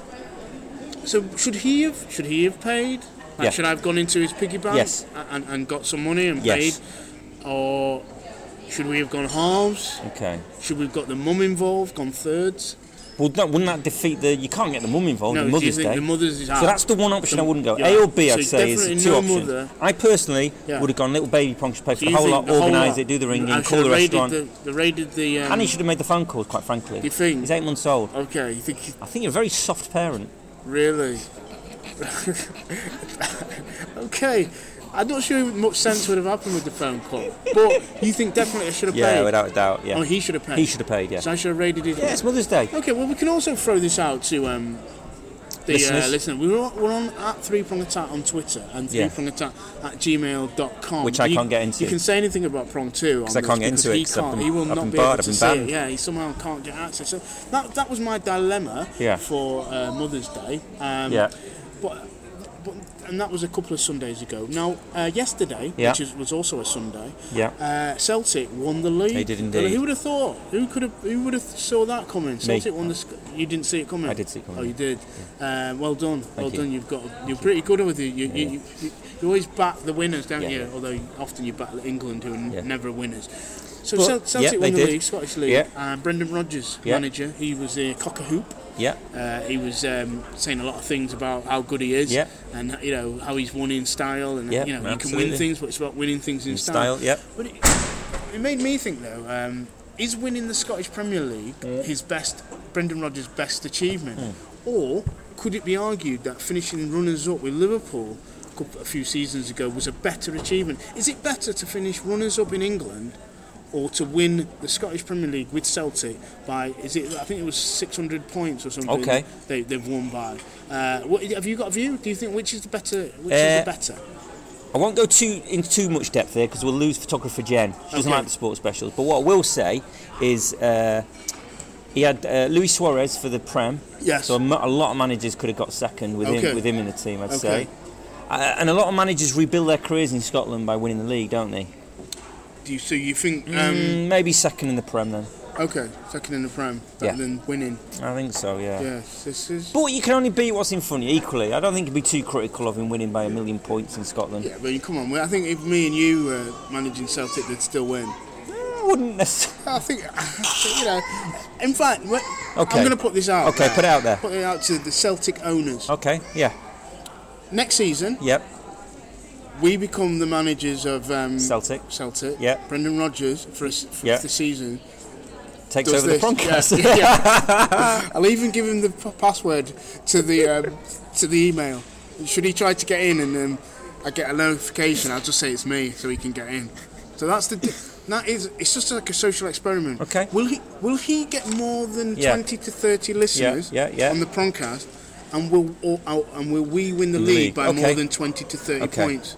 [SPEAKER 1] So should he have? Should he have paid? Like,
[SPEAKER 2] Yeah.
[SPEAKER 1] Should I have gone into his piggy bank
[SPEAKER 2] Yes.
[SPEAKER 1] a- and, and got some money and
[SPEAKER 2] Yes.
[SPEAKER 1] paid, or should we have gone halves?
[SPEAKER 2] okay.
[SPEAKER 1] Should we have got the mum involved? Gone thirds?
[SPEAKER 2] Well, that, wouldn't that defeat the? You can't get Oh, the mum involved
[SPEAKER 1] no,
[SPEAKER 2] in
[SPEAKER 1] do you
[SPEAKER 2] Mother's
[SPEAKER 1] think
[SPEAKER 2] Day.
[SPEAKER 1] the mother's is out?
[SPEAKER 2] so that's the one option
[SPEAKER 1] the-
[SPEAKER 2] I wouldn't go.
[SPEAKER 1] yeah.
[SPEAKER 2] A or B, I'd
[SPEAKER 1] So
[SPEAKER 2] say, is the
[SPEAKER 1] definitely
[SPEAKER 2] two
[SPEAKER 1] no
[SPEAKER 2] options.
[SPEAKER 1] mother.
[SPEAKER 2] I personally
[SPEAKER 1] Yeah.
[SPEAKER 2] would have gone. Little baby prom should pay for
[SPEAKER 1] Do
[SPEAKER 2] the
[SPEAKER 1] you
[SPEAKER 2] whole
[SPEAKER 1] think
[SPEAKER 2] lot,
[SPEAKER 1] the whole
[SPEAKER 2] organise
[SPEAKER 1] lot?
[SPEAKER 2] it, do the ringing,
[SPEAKER 1] I
[SPEAKER 2] call the
[SPEAKER 1] should've raided
[SPEAKER 2] restaurant,
[SPEAKER 1] The, the raided the. Um,
[SPEAKER 2] and he should have made the phone calls. Quite frankly,
[SPEAKER 1] You think?
[SPEAKER 2] he's eight months old.
[SPEAKER 1] Okay, you think he,
[SPEAKER 2] I think you're a very soft parent.
[SPEAKER 1] really? *laughs* okay, I'm not sure much sense would have happened with the phone call, but you think definitely I should have
[SPEAKER 2] Yeah,
[SPEAKER 1] paid.
[SPEAKER 2] without a doubt. Yeah.
[SPEAKER 1] Oh, he should have paid.
[SPEAKER 2] He should have paid. Yeah.
[SPEAKER 1] So I should have raided his.
[SPEAKER 2] yeah, it's Mother's Day.
[SPEAKER 1] Okay, well, we can also throw this out to um, the
[SPEAKER 2] Listeners.
[SPEAKER 1] Uh, listener. We're on, we're on at Three Prong Attack on Twitter and
[SPEAKER 2] Yeah.
[SPEAKER 1] Three Prong Attack at gmail.com.
[SPEAKER 2] Which I
[SPEAKER 1] you,
[SPEAKER 2] can't get into.
[SPEAKER 1] You can say anything about Prong 2 on
[SPEAKER 2] I
[SPEAKER 1] this
[SPEAKER 2] can't get
[SPEAKER 1] because
[SPEAKER 2] into it
[SPEAKER 1] He,
[SPEAKER 2] 'cause I've
[SPEAKER 1] can't.
[SPEAKER 2] been-
[SPEAKER 1] he will
[SPEAKER 2] I've
[SPEAKER 1] not
[SPEAKER 2] been
[SPEAKER 1] be
[SPEAKER 2] barred,
[SPEAKER 1] able
[SPEAKER 2] I've
[SPEAKER 1] to
[SPEAKER 2] been
[SPEAKER 1] see
[SPEAKER 2] banned.
[SPEAKER 1] it. Yeah, he somehow can't get access. So that, that was my dilemma
[SPEAKER 2] Yeah.
[SPEAKER 1] for uh, Mother's Day. Um,
[SPEAKER 2] Yeah.
[SPEAKER 1] But, but, and that was a couple of Sundays ago. Now, uh, yesterday,
[SPEAKER 2] Yeah.
[SPEAKER 1] which is, was also a Sunday,
[SPEAKER 2] Yeah.
[SPEAKER 1] uh, Celtic won the league.
[SPEAKER 2] They did indeed.
[SPEAKER 1] Who would have thought? Who could have? Who would have saw that coming? Celtic won the. Sc- you didn't see it coming.
[SPEAKER 2] I did see it coming,
[SPEAKER 1] Oh, you did. Uh, well done. well
[SPEAKER 2] you.
[SPEAKER 1] done. You've got. You're pretty good with it. You, you, you, you, you always back the winners, don't
[SPEAKER 2] Yeah.
[SPEAKER 1] you? Although often you battle England, who are n
[SPEAKER 2] Yeah.
[SPEAKER 1] never winners. So
[SPEAKER 2] But-
[SPEAKER 1] Cel- Celtic
[SPEAKER 2] yeah, they
[SPEAKER 1] won the
[SPEAKER 2] did.
[SPEAKER 1] league, Scottish league.
[SPEAKER 2] Yeah.
[SPEAKER 1] Uh, Brendan Rodgers,
[SPEAKER 2] Yeah.
[SPEAKER 1] manager, he was a cock a hoop.
[SPEAKER 2] Yeah.
[SPEAKER 1] Uh, he was um, saying a lot of things about how good he is,
[SPEAKER 2] Yeah.
[SPEAKER 1] and you know how he's won in style, and
[SPEAKER 2] Yeah,
[SPEAKER 1] you know you can
[SPEAKER 2] absolutely.
[SPEAKER 1] win things, but it's about winning things in,
[SPEAKER 2] Style. Yeah.
[SPEAKER 1] but it, it made me think though, um, is winning the Scottish Premier League his best, Brendan Rodgers' best achievement?
[SPEAKER 2] Hmm.
[SPEAKER 1] Or could it be argued that finishing runners up with Liverpool a couple- a few seasons ago was a better achievement? Is it better to finish runners up in England or to win the Scottish Premier League with Celtic by is it I think it was 600 points or something.
[SPEAKER 2] Okay.
[SPEAKER 1] They they've won by. Uh, what, have you got a view? Do you think which is the better? Which
[SPEAKER 2] Uh,
[SPEAKER 1] is the better?
[SPEAKER 2] I won't go too into too much depth there because we'll lose photographer Jen. She doesn't
[SPEAKER 1] Okay.
[SPEAKER 2] like the sports specials. But what I will say is uh, he had uh, Luis Suarez for the Prem,
[SPEAKER 1] Yes.
[SPEAKER 2] so a, mo- a lot of managers could have got second with
[SPEAKER 1] Okay.
[SPEAKER 2] him with him in the team. I'd
[SPEAKER 1] Okay.
[SPEAKER 2] say, uh, and a lot of managers rebuild their careers in Scotland by winning the league, don't they?
[SPEAKER 1] Do you, so you think? Um,
[SPEAKER 2] Mm, maybe second in the Prem then.
[SPEAKER 1] Okay, second in the prem, better
[SPEAKER 2] Yeah.
[SPEAKER 1] than winning.
[SPEAKER 2] I think so. Yeah.
[SPEAKER 1] Yes, this is.
[SPEAKER 2] But you can only beat what's in front of you equally. I don't think it'd be too critical of him winning by a million points in Scotland.
[SPEAKER 1] Yeah, but you- come on. well, I think if me and you were managing Celtic, they'd still win.
[SPEAKER 2] I Mm, wouldn't necessarily.
[SPEAKER 1] I think, *laughs* you know. In fact, we-
[SPEAKER 2] Okay.
[SPEAKER 1] I'm going to put this out.
[SPEAKER 2] Okay,
[SPEAKER 1] there.
[SPEAKER 2] put it out there.
[SPEAKER 1] Put it out to the Celtic owners.
[SPEAKER 2] Okay. Yeah.
[SPEAKER 1] Next season,
[SPEAKER 2] Yep.
[SPEAKER 1] we become the managers of um,
[SPEAKER 2] Celtic.
[SPEAKER 1] Celtic.
[SPEAKER 2] Yeah.
[SPEAKER 1] Brendan Rodgers for, a s- for
[SPEAKER 2] Yeah.
[SPEAKER 1] the season.
[SPEAKER 2] Takes
[SPEAKER 1] Does
[SPEAKER 2] over
[SPEAKER 1] this,
[SPEAKER 2] the podcast.
[SPEAKER 1] yeah, *laughs* yeah. I'll even give him the p- password to the um, to the email. Should he try to get in and um, I get a notification, I'll just say it's me so he can get in. So that's the. Di- that is. It's just like a social experiment.
[SPEAKER 2] Okay.
[SPEAKER 1] Will he Will he get more than
[SPEAKER 2] Yeah.
[SPEAKER 1] twenty to thirty listeners?
[SPEAKER 2] *laughs* yeah, yeah.
[SPEAKER 1] On the Proncast, and will or, or, and will we win the
[SPEAKER 2] The
[SPEAKER 1] league,
[SPEAKER 2] league,
[SPEAKER 1] by more
[SPEAKER 2] okay.
[SPEAKER 1] than twenty to thirty
[SPEAKER 2] Okay.
[SPEAKER 1] points?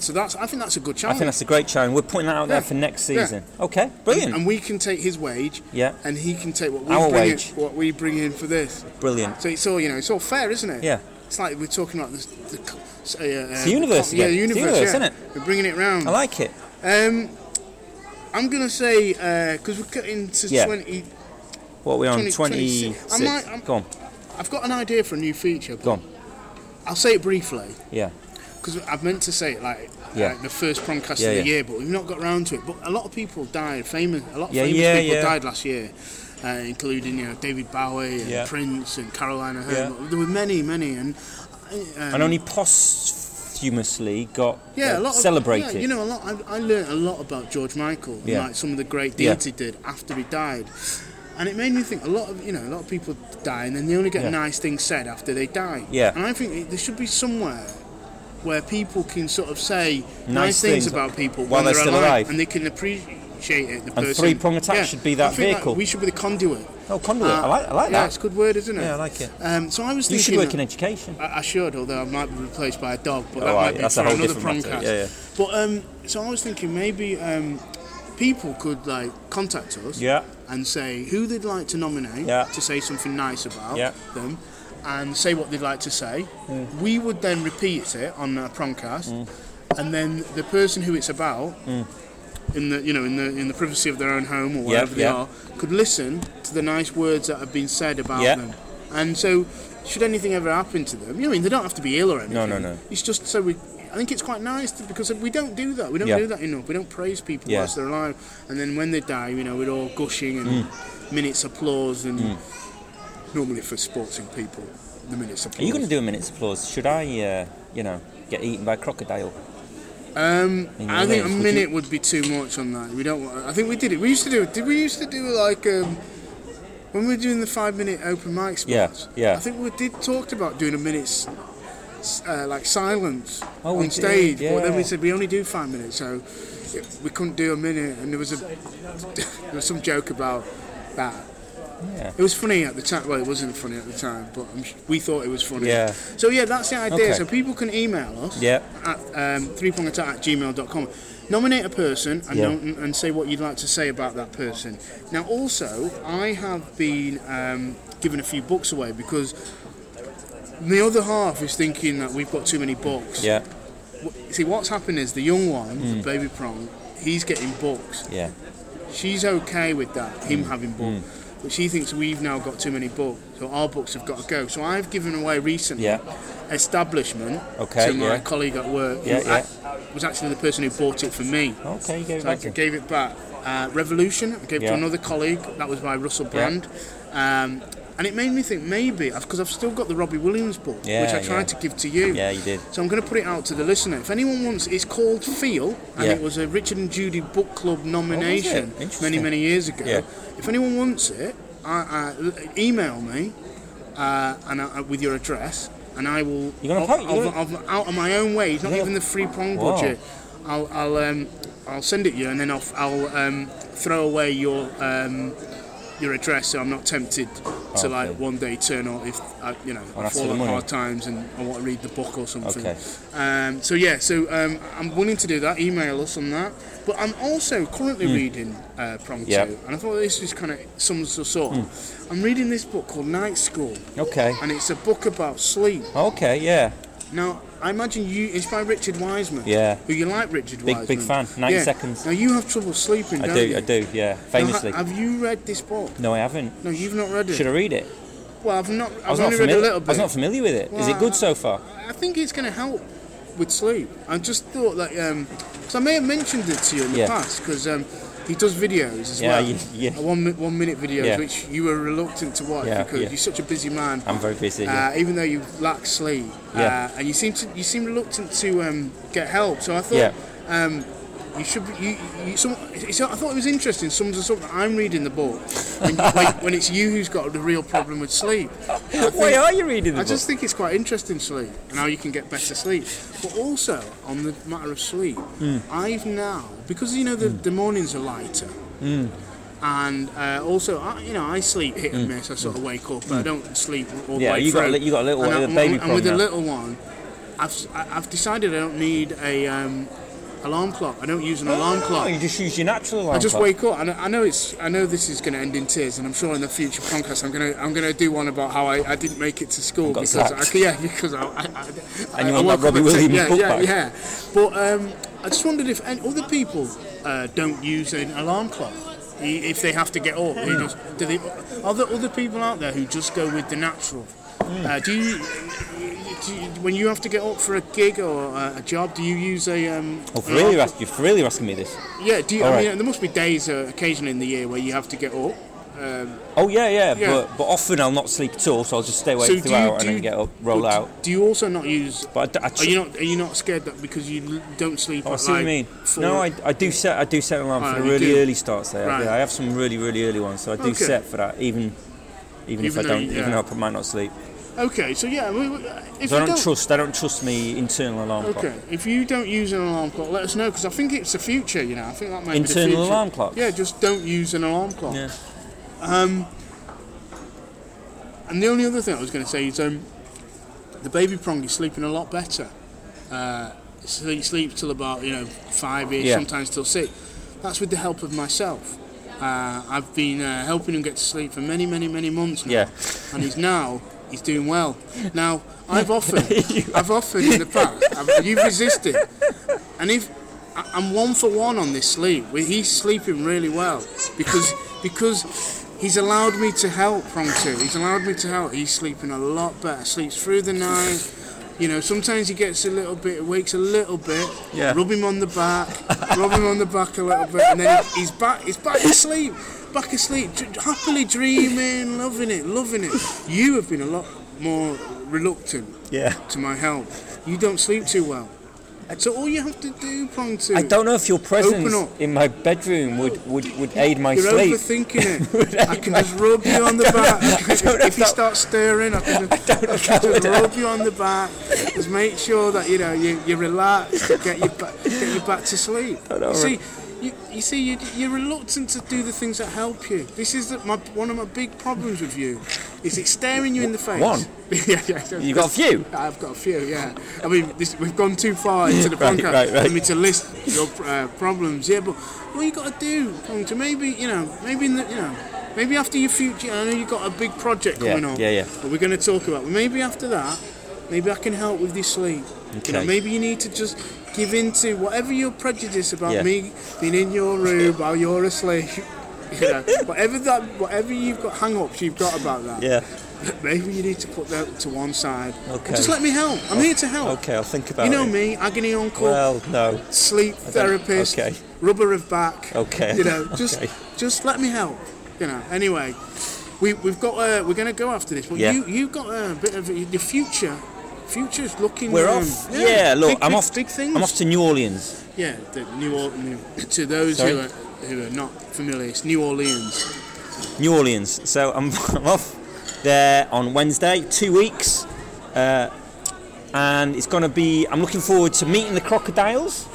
[SPEAKER 1] So that's. I think that's a good
[SPEAKER 2] I
[SPEAKER 1] challenge.
[SPEAKER 2] think that's a great challenge. We're putting that out there
[SPEAKER 1] Yeah.
[SPEAKER 2] for next
[SPEAKER 1] Yeah. Um,
[SPEAKER 2] season. Okay, brilliant.
[SPEAKER 1] and we can take his wage,
[SPEAKER 2] yeah,
[SPEAKER 1] and he can take what we
[SPEAKER 2] Our
[SPEAKER 1] bring
[SPEAKER 2] wage.
[SPEAKER 1] in, what we bring in for this.
[SPEAKER 2] brilliant.
[SPEAKER 1] So it's all you know. It's all fair, isn't it?
[SPEAKER 2] Yeah.
[SPEAKER 1] It's like we're talking about this, the, c- s- uh, uh,
[SPEAKER 2] It's the universe
[SPEAKER 1] Yeah,
[SPEAKER 2] again.
[SPEAKER 1] the universe,
[SPEAKER 2] It's the universe,
[SPEAKER 1] yeah.
[SPEAKER 2] isn't it?
[SPEAKER 1] We're bringing it round.
[SPEAKER 2] I like it.
[SPEAKER 1] um, I'm gonna say because we're cutting to
[SPEAKER 2] Yeah.
[SPEAKER 1] twenty.
[SPEAKER 2] What are we on?
[SPEAKER 1] 20 26.
[SPEAKER 2] 26.
[SPEAKER 1] I might- I'm-
[SPEAKER 2] Go on.
[SPEAKER 1] I've got an idea for a new feature. But
[SPEAKER 2] Go on.
[SPEAKER 1] I'll say it briefly.
[SPEAKER 2] Yeah.
[SPEAKER 1] Because I've meant to say it like
[SPEAKER 2] Yeah.
[SPEAKER 1] uh, the first promcast
[SPEAKER 2] Yeah,
[SPEAKER 1] of the
[SPEAKER 2] yeah.
[SPEAKER 1] year, but we've not got round to it. But a lot of people died. Famous, a lot of
[SPEAKER 2] Yeah,
[SPEAKER 1] famous
[SPEAKER 2] yeah,
[SPEAKER 1] people
[SPEAKER 2] yeah.
[SPEAKER 1] died last year, uh, including you know David Bowie and
[SPEAKER 2] Yeah.
[SPEAKER 1] Prince and Carolina
[SPEAKER 2] Yeah.
[SPEAKER 1] Herman. There were many, many, and uh, um,
[SPEAKER 2] and only posthumously got
[SPEAKER 1] yeah,
[SPEAKER 2] uh,
[SPEAKER 1] a lot of-
[SPEAKER 2] celebrated.
[SPEAKER 1] yeah, you know, a lot. I, I learned a lot about George Michael, and,
[SPEAKER 2] Yeah.
[SPEAKER 1] like some of the great
[SPEAKER 2] Yeah.
[SPEAKER 1] deeds he did after he died, and it made me think. A lot of you know, a lot of people die, and then they only get
[SPEAKER 2] Yeah.
[SPEAKER 1] nice things said after they die.
[SPEAKER 2] Yeah.
[SPEAKER 1] and I think it, there should be somewhere where people can sort of say nice, things,
[SPEAKER 2] Nice things
[SPEAKER 1] about people
[SPEAKER 2] while
[SPEAKER 1] when
[SPEAKER 2] they're still alive.
[SPEAKER 1] and they can appreciate it. The
[SPEAKER 2] And
[SPEAKER 1] person.
[SPEAKER 2] three-prong attack should be that
[SPEAKER 1] I think, like,
[SPEAKER 2] vehicle.
[SPEAKER 1] we should be the conduit.
[SPEAKER 2] oh, conduit.
[SPEAKER 1] Uh,
[SPEAKER 2] I like, I like
[SPEAKER 1] yeah, it's
[SPEAKER 2] that.
[SPEAKER 1] a good word, isn't it?
[SPEAKER 2] Yeah, I like it.
[SPEAKER 1] Um, so I was
[SPEAKER 2] You should
[SPEAKER 1] thinking.
[SPEAKER 2] work in education.
[SPEAKER 1] I, I should, although I might be replaced by a dog, but
[SPEAKER 2] Oh,
[SPEAKER 1] that
[SPEAKER 2] right,
[SPEAKER 1] might be
[SPEAKER 2] that's
[SPEAKER 1] for
[SPEAKER 2] a whole
[SPEAKER 1] another
[SPEAKER 2] different
[SPEAKER 1] promcast.
[SPEAKER 2] matter, yeah, yeah.
[SPEAKER 1] But um, so I was thinking maybe um, people could like contact us
[SPEAKER 2] Yeah.
[SPEAKER 1] and say who they'd like to nominate
[SPEAKER 2] Yeah.
[SPEAKER 1] to say something nice about
[SPEAKER 2] Yeah. Mm.
[SPEAKER 1] them, and say what they'd like to say. We would then repeat it on a promcast, and then the person who it's about. In the you know in the in the privacy of their own home or
[SPEAKER 2] Mm. Yeah,
[SPEAKER 1] wherever they
[SPEAKER 2] yeah.
[SPEAKER 1] are, could listen to the nice words that have been said about
[SPEAKER 2] Yeah.
[SPEAKER 1] them. And so, should anything ever happen to them, you know, I mean, they don't have to be ill or anything.
[SPEAKER 2] No, no, no.
[SPEAKER 1] It's just so we. I think it's quite nice to, because we don't do that. We don't
[SPEAKER 2] Yeah.
[SPEAKER 1] do that enough. We don't praise people
[SPEAKER 2] Yeah. Mm.
[SPEAKER 1] whilst they're alive, and then when they die, you know, we're all gushing and minutes applause and normally for sporting people, the minutes applause.
[SPEAKER 2] Are you going to do a minute's applause? Should I, uh, you know, get eaten by a crocodile?
[SPEAKER 1] Um,
[SPEAKER 2] In
[SPEAKER 1] I think a
[SPEAKER 2] minutes, would
[SPEAKER 1] minute would be too much on that. We don't. want- I think we did it. We used to do. Did we used to do like um, when we were doing the five minute open mic spots?
[SPEAKER 2] Yeah, yeah.
[SPEAKER 1] I think we did talked about doing a minute's s- uh, like silence
[SPEAKER 2] Oh, we
[SPEAKER 1] on
[SPEAKER 2] did,
[SPEAKER 1] stage, but then we
[SPEAKER 2] yeah.
[SPEAKER 1] said we only do five minutes, so it- we couldn't do a minute. And there was a *laughs* there was some joke about that.
[SPEAKER 2] Yeah.
[SPEAKER 1] It was funny at the time. Well, it wasn't funny at the time, but i we thought it was funny.
[SPEAKER 2] Yeah.
[SPEAKER 1] So yeah, that's the idea.
[SPEAKER 2] Okay.
[SPEAKER 1] So people can email us
[SPEAKER 2] Yeah.
[SPEAKER 1] at um, threepongattack at gmail.com. Nominate a person and,
[SPEAKER 2] Yeah.
[SPEAKER 1] nom- and say what you'd like to say about that person. Now, also, I have been um, given a few books away because the other half is thinking that we've got too many books.
[SPEAKER 2] Yeah. Hmm.
[SPEAKER 1] W- See, what's happened is the young one, the baby prong, he's getting books.
[SPEAKER 2] Yeah. Hmm.
[SPEAKER 1] She's okay with that, him having books. But she thinks we've now got too many books, so our books have got to go. So I've given away recently
[SPEAKER 2] Yeah.
[SPEAKER 1] establishment
[SPEAKER 2] Okay,
[SPEAKER 1] to my
[SPEAKER 2] yeah.
[SPEAKER 1] colleague at work
[SPEAKER 2] Yeah,
[SPEAKER 1] who ac- was actually the person who bought it for me.
[SPEAKER 2] Okay, you go
[SPEAKER 1] So I
[SPEAKER 2] back. to-
[SPEAKER 1] gave it back. Uh, Revolution, I gave it to
[SPEAKER 2] Yeah.
[SPEAKER 1] another colleague, that was by Russell
[SPEAKER 2] Yeah.
[SPEAKER 1] Brand. Um, and it made me think maybe, because I've still got the Robbie Williams book, which
[SPEAKER 2] Yeah,
[SPEAKER 1] I tried
[SPEAKER 2] yeah.
[SPEAKER 1] to give to you.
[SPEAKER 2] Yeah, you did.
[SPEAKER 1] So I'm going to put it out to the listener. If anyone wants, it's called Feel, and
[SPEAKER 2] Yeah.
[SPEAKER 1] it was a Richard and Judy Book Club nomination
[SPEAKER 2] Interesting.
[SPEAKER 1] many many years ago.
[SPEAKER 2] Yeah.
[SPEAKER 1] If anyone wants it, I, I, email me uh, and I, with your address, and I will.
[SPEAKER 2] You're gonna
[SPEAKER 1] I'll,
[SPEAKER 2] pay- you're
[SPEAKER 1] I'll- I'll- out of my own way. It's not
[SPEAKER 2] Yeah.
[SPEAKER 1] even the free prong
[SPEAKER 2] Wow.
[SPEAKER 1] budget. I'll, I'll um, I'll send it you, and then I'll, I'll um, throw away your um, your address, so I'm not tempted to
[SPEAKER 2] Okay.
[SPEAKER 1] like one day turn on if I, you know I
[SPEAKER 2] that's
[SPEAKER 1] fall
[SPEAKER 2] for the
[SPEAKER 1] on
[SPEAKER 2] money.
[SPEAKER 1] hard times and I want to read the book or something.
[SPEAKER 2] Okay.
[SPEAKER 1] Um, so yeah, so um, I'm willing to do that. Email us on that. But I'm also currently
[SPEAKER 2] Hmm.
[SPEAKER 1] reading uh, Prong
[SPEAKER 2] Yep.
[SPEAKER 1] Two, and I thought this was kind of sums us up.
[SPEAKER 2] Hmm.
[SPEAKER 1] I'm reading this book called Night School,
[SPEAKER 2] Okay.
[SPEAKER 1] and it's a book about sleep.
[SPEAKER 2] Okay. Yeah.
[SPEAKER 1] Now, I imagine you. It's by Richard Wiseman.
[SPEAKER 2] Yeah.
[SPEAKER 1] Who you like, Richard
[SPEAKER 2] Big
[SPEAKER 1] Wiseman?
[SPEAKER 2] big fan. 90 seconds.
[SPEAKER 1] Now you have trouble sleeping,
[SPEAKER 2] I
[SPEAKER 1] don't
[SPEAKER 2] do.
[SPEAKER 1] you?
[SPEAKER 2] I do. Yeah.
[SPEAKER 1] Now, ha-
[SPEAKER 2] Famously.
[SPEAKER 1] have you read this book?
[SPEAKER 2] No, I haven't.
[SPEAKER 1] No, you've not read it.
[SPEAKER 2] Should I read it?
[SPEAKER 1] Well, I've not. I've
[SPEAKER 2] I was not
[SPEAKER 1] only read a
[SPEAKER 2] familiar. I
[SPEAKER 1] little bit.
[SPEAKER 2] was not familiar with it. Is
[SPEAKER 1] Well,
[SPEAKER 2] it good so far?
[SPEAKER 1] I think it's going to help with sleep. I just thought that um, because I may have mentioned it to you in the
[SPEAKER 2] Yeah.
[SPEAKER 1] past because um, he does videos as
[SPEAKER 2] Yeah,
[SPEAKER 1] well.
[SPEAKER 2] you- yeah.
[SPEAKER 1] A One mi- one minute videos,
[SPEAKER 2] Yeah.
[SPEAKER 1] which you were reluctant to watch
[SPEAKER 2] Yeah,
[SPEAKER 1] because
[SPEAKER 2] yeah.
[SPEAKER 1] you're such a busy man.
[SPEAKER 2] I'm very busy. yeah.
[SPEAKER 1] Uh, even though you lack sleep,
[SPEAKER 2] Yeah.
[SPEAKER 1] uh, and you seem to you seem reluctant to um, get help. So I thought
[SPEAKER 2] Yeah.
[SPEAKER 1] um, you should. Be, you, you, some, it's, I thought it was interesting. Someone's us up that I'm reading the book
[SPEAKER 2] *laughs*
[SPEAKER 1] when, when, when it's you who's got the real problem with sleep.
[SPEAKER 2] *laughs*
[SPEAKER 1] I
[SPEAKER 2] Why
[SPEAKER 1] think-
[SPEAKER 2] are you reading the
[SPEAKER 1] Uh, I
[SPEAKER 2] book?
[SPEAKER 1] just think it's quite interesting sleep and how you can get better sleep. But also on the matter of sleep,
[SPEAKER 2] Hmm.
[SPEAKER 1] I've now because you know the, the mornings are lighter,
[SPEAKER 2] Hmm.
[SPEAKER 1] and uh, also I, you know I sleep hit and miss. I sort of wake up, but I don't sleep all the
[SPEAKER 2] Hmm. Yeah,
[SPEAKER 1] way
[SPEAKER 2] you
[SPEAKER 1] through.
[SPEAKER 2] got a, li- you got a little
[SPEAKER 1] and,
[SPEAKER 2] one,
[SPEAKER 1] I-
[SPEAKER 2] a baby
[SPEAKER 1] and with the
[SPEAKER 2] problem now.
[SPEAKER 1] little one, I've s- I- I've decided I don't need a um, alarm clock. I don't use an alarm
[SPEAKER 2] Oh,
[SPEAKER 1] clock.
[SPEAKER 2] You just use your natural alarm
[SPEAKER 1] I just
[SPEAKER 2] clock.
[SPEAKER 1] wake up, and I I know it's. I know this is going to end in tears, and I'm sure in the future podcast I'm going to I'm going to do one about how I, I didn't make it to school
[SPEAKER 2] got
[SPEAKER 1] because
[SPEAKER 2] sacked.
[SPEAKER 1] I, *laughs* yeah because I, I, I
[SPEAKER 2] And you
[SPEAKER 1] I, I
[SPEAKER 2] want that
[SPEAKER 1] woke up
[SPEAKER 2] Robbie
[SPEAKER 1] at
[SPEAKER 2] Williams
[SPEAKER 1] yeah,
[SPEAKER 2] book
[SPEAKER 1] yeah,
[SPEAKER 2] back.
[SPEAKER 1] yeah. But um, I just wondered if any other people uh, don't use an alarm clock i- if they have to get up. They just, do they, are there other people out there who just go with the natural?
[SPEAKER 2] Hmm.
[SPEAKER 1] Uh, do you? Do you, when you have to get up for a gig or a, a job, do you use a? Um,
[SPEAKER 2] Oh, for
[SPEAKER 1] an alarm
[SPEAKER 2] real, you're,
[SPEAKER 1] clock?
[SPEAKER 2] ask, you're for real you're asking me this?
[SPEAKER 1] Yeah, do you, I
[SPEAKER 2] All right.
[SPEAKER 1] mean, there must be days uh, occasionally in the year where you have to get up. Um,
[SPEAKER 2] Oh yeah, yeah,
[SPEAKER 1] Yeah.
[SPEAKER 2] But, but often I'll not sleep at all, so I'll just stay awake
[SPEAKER 1] so do you,
[SPEAKER 2] throughout
[SPEAKER 1] do
[SPEAKER 2] and
[SPEAKER 1] you,
[SPEAKER 2] then get up, roll
[SPEAKER 1] but
[SPEAKER 2] out.
[SPEAKER 1] Do you also not use?
[SPEAKER 2] But I, d- I
[SPEAKER 1] Are
[SPEAKER 2] tr-
[SPEAKER 1] you not? Are you not scared that because you l- don't sleep?
[SPEAKER 2] oh, I
[SPEAKER 1] at
[SPEAKER 2] see what
[SPEAKER 1] like
[SPEAKER 2] you mean.
[SPEAKER 1] four-
[SPEAKER 2] No, I, I do set I do set an alarm
[SPEAKER 1] Ah,
[SPEAKER 2] for the
[SPEAKER 1] you
[SPEAKER 2] really
[SPEAKER 1] do.
[SPEAKER 2] early starts. There,
[SPEAKER 1] Right.
[SPEAKER 2] yeah, I have some really really early ones, so I do
[SPEAKER 1] Okay.
[SPEAKER 2] set for that even. Even, if I
[SPEAKER 1] Even though
[SPEAKER 2] don't,
[SPEAKER 1] you-
[SPEAKER 2] even
[SPEAKER 1] yeah.
[SPEAKER 2] though I might not sleep,
[SPEAKER 1] Okay, so yeah, we, we, if
[SPEAKER 2] so I
[SPEAKER 1] you
[SPEAKER 2] don't
[SPEAKER 1] don't.
[SPEAKER 2] trust. I don't trust me internal alarm clock.
[SPEAKER 1] Okay, if you don't use an alarm clock, let us know because I think it's the future. You know, I think that might be the
[SPEAKER 2] Internal
[SPEAKER 1] future.
[SPEAKER 2] alarm clocks?
[SPEAKER 1] Yeah, just don't use an alarm clock.
[SPEAKER 2] Yeah.
[SPEAKER 1] Um, and the only other thing I was going to say is um, the baby prong is sleeping a lot better. Uh, so he sleeps till about you know five ish,
[SPEAKER 2] Yeah.
[SPEAKER 1] sometimes till six. That's with the help of myself. Uh, I've been uh, helping him get to sleep for many, many, many months now,
[SPEAKER 2] Yeah.
[SPEAKER 1] and he's now he's doing well. Now
[SPEAKER 2] *laughs*
[SPEAKER 1] I've offered, I've offered in the past, I've, you've resisted, and if I- I'm one for one on this sleep, We- he's sleeping really well because because he's allowed me to help prong two. He's allowed me to help. He's sleeping a lot better. Sleeps through the night. You know, sometimes he gets a little bit, wakes a little bit.
[SPEAKER 2] Yeah.
[SPEAKER 1] Rub him on the back, rub him on the back a little bit, and then he- he's back. He's back asleep, back asleep, dr- happily dreaming, loving it, loving it. You have been a lot more reluctant
[SPEAKER 2] Yeah.
[SPEAKER 1] to my help. You don't sleep too well. So all you have to do, prong two.
[SPEAKER 2] I don't know if your presence
[SPEAKER 1] up.
[SPEAKER 2] in my bedroom would, would, would aid my
[SPEAKER 1] You're
[SPEAKER 2] sleep.
[SPEAKER 1] overthinking
[SPEAKER 2] *laughs* Would
[SPEAKER 1] it. I
[SPEAKER 2] aid
[SPEAKER 1] can
[SPEAKER 2] my-
[SPEAKER 1] just rub you on the
[SPEAKER 2] *laughs* I don't
[SPEAKER 1] back.
[SPEAKER 2] know- I don't know
[SPEAKER 1] if you
[SPEAKER 2] if
[SPEAKER 1] start stirring, I
[SPEAKER 2] *laughs*
[SPEAKER 1] can, I
[SPEAKER 2] don't know if
[SPEAKER 1] can
[SPEAKER 2] that
[SPEAKER 1] just
[SPEAKER 2] would
[SPEAKER 1] rub you on the back. Just make sure that you know you you relax. Get you back, get you back to sleep.
[SPEAKER 2] I know,
[SPEAKER 1] You see, you, you see, you, you're reluctant to do the things that help you. This is the, my, one of my big problems with you. Is it staring you in the face?
[SPEAKER 2] One?
[SPEAKER 1] *laughs* yeah, yeah.
[SPEAKER 2] You've got a few?
[SPEAKER 1] I've got a few, yeah. I mean, this, we've gone too far into the
[SPEAKER 2] *laughs* Right,
[SPEAKER 1] podcast
[SPEAKER 2] right, right.
[SPEAKER 1] for me to list your uh, problems, yeah. But what you got to do, Tom, to maybe you know, maybe in the, you know, maybe after your future, I know you've got a big project
[SPEAKER 2] Yeah,
[SPEAKER 1] coming on.
[SPEAKER 2] yeah, yeah.
[SPEAKER 1] That we're going to talk about. Maybe after that, maybe I can help with this sleep. You know,
[SPEAKER 2] Okay.
[SPEAKER 1] maybe you need to just give in to whatever your prejudice about
[SPEAKER 2] Yeah.
[SPEAKER 1] me being in your room while you're asleep. *laughs* You know, whatever that, whatever you've got hang-ups you've got about that.
[SPEAKER 2] Yeah,
[SPEAKER 1] *laughs* Maybe you need to put that to one side. and
[SPEAKER 2] Okay.
[SPEAKER 1] Just let me help. I'm here to help.
[SPEAKER 2] okay, I'll think about
[SPEAKER 1] You know
[SPEAKER 2] it.
[SPEAKER 1] me, agony uncle,
[SPEAKER 2] Well, no.
[SPEAKER 1] sleep therapist,
[SPEAKER 2] okay.
[SPEAKER 1] rubber of back.
[SPEAKER 2] Okay,
[SPEAKER 1] You
[SPEAKER 2] *laughs*
[SPEAKER 1] know, just
[SPEAKER 2] okay.
[SPEAKER 1] just let me help. You know. Anyway, we we've got uh, we're going to go after this. Well,
[SPEAKER 2] Yeah.
[SPEAKER 1] you you got a bit of the future. Future's looking.
[SPEAKER 2] We're
[SPEAKER 1] um,
[SPEAKER 2] off. Yeah, look,
[SPEAKER 1] big,
[SPEAKER 2] I'm
[SPEAKER 1] big,
[SPEAKER 2] off.
[SPEAKER 1] Big things.
[SPEAKER 2] I'm off to New Orleans.
[SPEAKER 1] Yeah, the New Orleans. To those
[SPEAKER 2] Sorry?
[SPEAKER 1] who are who are not familiar, it's New Orleans.
[SPEAKER 2] New Orleans. So I'm, *laughs* I'm off there on Wednesday, two weeks, uh, and it's going to be. I'm looking forward to meeting the crocodiles.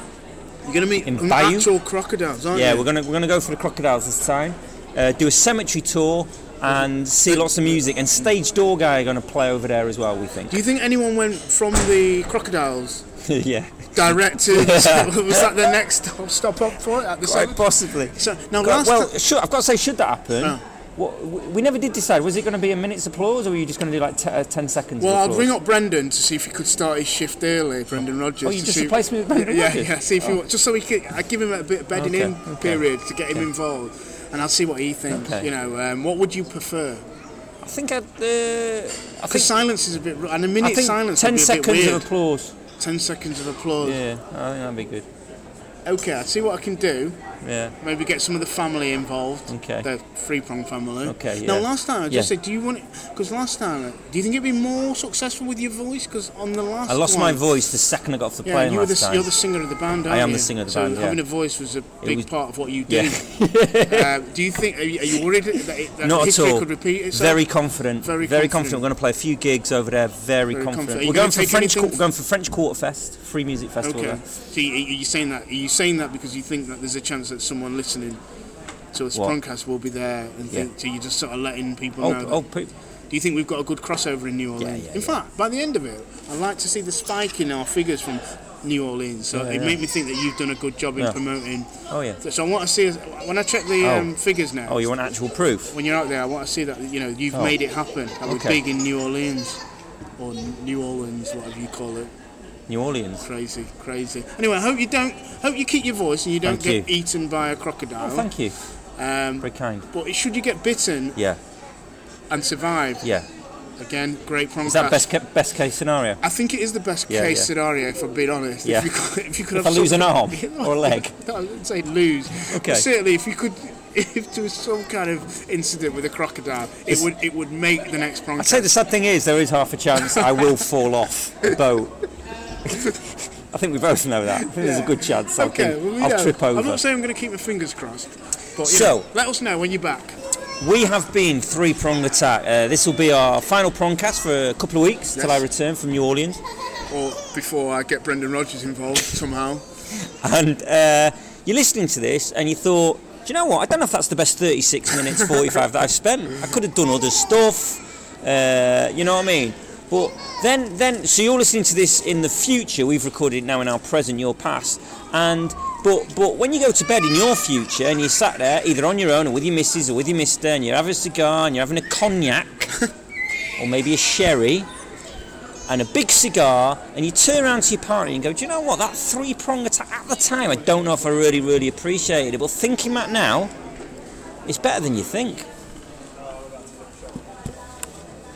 [SPEAKER 1] You're going to meet
[SPEAKER 2] In
[SPEAKER 1] an
[SPEAKER 2] Bayou?
[SPEAKER 1] actual crocodiles, aren't
[SPEAKER 2] Yeah,
[SPEAKER 1] you?
[SPEAKER 2] we're gonna we're gonna go for the crocodiles this time. Uh, do a cemetery tour and see lots of music and stage door guy gonna play over there as well. We think. *laughs*
[SPEAKER 1] Do you think anyone went from the crocodiles
[SPEAKER 2] yeah, *laughs*
[SPEAKER 1] direct to *laughs* was that the next *laughs* stop, stop up for it at the
[SPEAKER 2] quite
[SPEAKER 1] same?
[SPEAKER 2] possibly.
[SPEAKER 1] So now
[SPEAKER 2] Well,
[SPEAKER 1] last
[SPEAKER 2] well
[SPEAKER 1] ti-
[SPEAKER 2] should, I've got to say, should that happen?
[SPEAKER 1] Oh.
[SPEAKER 2] What, we we never did decide. Was it going to be a minute's applause, or were you just going to do like t- uh, ten seconds?
[SPEAKER 1] well,
[SPEAKER 2] of
[SPEAKER 1] I'll
[SPEAKER 2] applause?
[SPEAKER 1] bring up Brendan to see if he could start his shift early. Brendan Rodgers.
[SPEAKER 2] Oh, you
[SPEAKER 1] to
[SPEAKER 2] just
[SPEAKER 1] see-
[SPEAKER 2] replaced me with Brendan
[SPEAKER 1] yeah,
[SPEAKER 2] Rodgers? Oh.
[SPEAKER 1] Yeah, see if he wa- just so we could. I give him a bit of bedding
[SPEAKER 2] Okay,
[SPEAKER 1] in
[SPEAKER 2] okay.
[SPEAKER 1] period to get him involved, and I'll see what he thinks.
[SPEAKER 2] Okay.
[SPEAKER 1] You know, um, what would you prefer?
[SPEAKER 2] I think I'd. Uh, I
[SPEAKER 1] Because
[SPEAKER 2] think,
[SPEAKER 1] silence is a bit, ru- and a
[SPEAKER 2] I
[SPEAKER 1] minute
[SPEAKER 2] think
[SPEAKER 1] silence
[SPEAKER 2] ten
[SPEAKER 1] would be a bit
[SPEAKER 2] seconds
[SPEAKER 1] weird.
[SPEAKER 2] of applause.
[SPEAKER 1] Ten seconds of applause.
[SPEAKER 2] Yeah, Oh, I think that'd be good.
[SPEAKER 1] Okay, I'll see what I can do.
[SPEAKER 2] Yeah.
[SPEAKER 1] Maybe get some of the family involved.
[SPEAKER 2] Okay.
[SPEAKER 1] The three prong family.
[SPEAKER 2] Okay,
[SPEAKER 1] Now,
[SPEAKER 2] yeah.
[SPEAKER 1] last time I just
[SPEAKER 2] Yeah.
[SPEAKER 1] said, do you want it? Because last time, do you think it'd be more successful with your voice? Because on the last,
[SPEAKER 2] I lost my
[SPEAKER 1] one-
[SPEAKER 2] voice the second I got off the
[SPEAKER 1] Yeah,
[SPEAKER 2] plane
[SPEAKER 1] you were
[SPEAKER 2] last
[SPEAKER 1] the,
[SPEAKER 2] time.
[SPEAKER 1] you're the singer of the band. Aren't
[SPEAKER 2] I am
[SPEAKER 1] you?
[SPEAKER 2] the singer of the
[SPEAKER 1] so
[SPEAKER 2] band, yeah.
[SPEAKER 1] having a voice was a big
[SPEAKER 2] was-
[SPEAKER 1] part of what you
[SPEAKER 2] Yeah.
[SPEAKER 1] did.
[SPEAKER 2] *laughs*
[SPEAKER 1] uh, do you think? Are you, are you worried that, it, that
[SPEAKER 2] Not at
[SPEAKER 1] history
[SPEAKER 2] all.
[SPEAKER 1] could repeat itself?
[SPEAKER 2] Very confident.
[SPEAKER 1] Very
[SPEAKER 2] Very,
[SPEAKER 1] confident.
[SPEAKER 2] confident. We're going to play a few gigs over there. Very,
[SPEAKER 1] Very confident.
[SPEAKER 2] confident.
[SPEAKER 1] Are you
[SPEAKER 2] We're
[SPEAKER 1] gonna
[SPEAKER 2] going for
[SPEAKER 1] take
[SPEAKER 2] French.
[SPEAKER 1] anything
[SPEAKER 2] Qu- we're going for French Quarter Fest, free music festival.
[SPEAKER 1] Okay.
[SPEAKER 2] There.
[SPEAKER 1] So you, are you saying that? Are you saying that because you think that there's a chance that someone listening to this
[SPEAKER 2] What?
[SPEAKER 1] podcast will be there, and
[SPEAKER 2] Yeah.
[SPEAKER 1] think, so you're just sort of letting people know.
[SPEAKER 2] Oh,
[SPEAKER 1] that-
[SPEAKER 2] oh, pe-
[SPEAKER 1] Do you think we've got a good crossover in New Orleans?
[SPEAKER 2] yeah,
[SPEAKER 1] in
[SPEAKER 2] yeah.
[SPEAKER 1] fact, by the end of it, I'd like to see the spike in our figures from New Orleans. So
[SPEAKER 2] Yeah,
[SPEAKER 1] it
[SPEAKER 2] yeah.
[SPEAKER 1] made me think that you've done a good job in
[SPEAKER 2] Yeah.
[SPEAKER 1] promoting.
[SPEAKER 2] oh yeah.
[SPEAKER 1] So I want to see when I check the
[SPEAKER 2] Oh.
[SPEAKER 1] um, figures now.
[SPEAKER 2] Oh, you want actual proof?
[SPEAKER 1] when you're out there, I want to see that you know you've
[SPEAKER 2] Oh.
[SPEAKER 1] made it happen. That we're
[SPEAKER 2] Okay.
[SPEAKER 1] big in New Orleans or New Orleans, whatever you call it.
[SPEAKER 2] New Orleans.
[SPEAKER 1] Crazy, crazy. Anyway, I hope you don't. Hope you keep your voice and you don't
[SPEAKER 2] Thank
[SPEAKER 1] get eaten by a crocodile.
[SPEAKER 2] Oh, thank you.
[SPEAKER 1] um,
[SPEAKER 2] Very kind.
[SPEAKER 1] but should you get bitten
[SPEAKER 2] Yeah,
[SPEAKER 1] and survive,
[SPEAKER 2] yeah.
[SPEAKER 1] again, great promise.
[SPEAKER 2] Is that best ca- best case
[SPEAKER 1] *laughs*
[SPEAKER 2] scenario?
[SPEAKER 1] I think it is the best
[SPEAKER 2] Yeah,
[SPEAKER 1] case
[SPEAKER 2] yeah.
[SPEAKER 1] scenario, if I'm being honest.
[SPEAKER 2] Yeah.
[SPEAKER 1] If you could, if you could
[SPEAKER 2] If I
[SPEAKER 1] have
[SPEAKER 2] lose
[SPEAKER 1] some-
[SPEAKER 2] an arm
[SPEAKER 1] *laughs*
[SPEAKER 2] or a leg.
[SPEAKER 1] No, I wouldn't say lose.
[SPEAKER 2] Okay.
[SPEAKER 1] But certainly, if you could, *laughs* if there was some kind of incident with a crocodile, it
[SPEAKER 2] It's-
[SPEAKER 1] would it would make the next prong.
[SPEAKER 2] I'd say the sad thing is there is half a chance I
[SPEAKER 1] *laughs*
[SPEAKER 2] will fall off the boat. I think we both know that. I think there's a good chance I'll,
[SPEAKER 1] Okay,
[SPEAKER 2] keep-
[SPEAKER 1] well, we
[SPEAKER 2] I'll
[SPEAKER 1] know.
[SPEAKER 2] trip
[SPEAKER 1] I'm
[SPEAKER 2] over.
[SPEAKER 1] not saying I'm going to keep my fingers crossed, but you
[SPEAKER 2] So-
[SPEAKER 1] know, let us know when you're back.
[SPEAKER 2] We have been three pronged attack. Uh, this will be our final prong cast for a couple of weeks till I
[SPEAKER 1] Yes.
[SPEAKER 2] return from New Orleans.
[SPEAKER 1] or before I get Brendan Rodgers involved somehow.
[SPEAKER 2] and uh, you're listening to this and you thought, do you know what? I don't know if that's the best 36 minutes 45 that I've spent. I could have done other stuff. Uh, you know what I mean? But then, then, so you're listening to this in the future. We've recorded it now in our present, your past, and but but when you go to bed in your future and you sat there either on your own or with your missus or with your mister and you're having a cigar and you're having a cognac *laughs* or maybe a sherry and a big cigar, and you turn around to your partner and go, Do you know what? That three prong attack at the time, I don't know if I really, really appreciated it, but thinking back now, it's better than you think.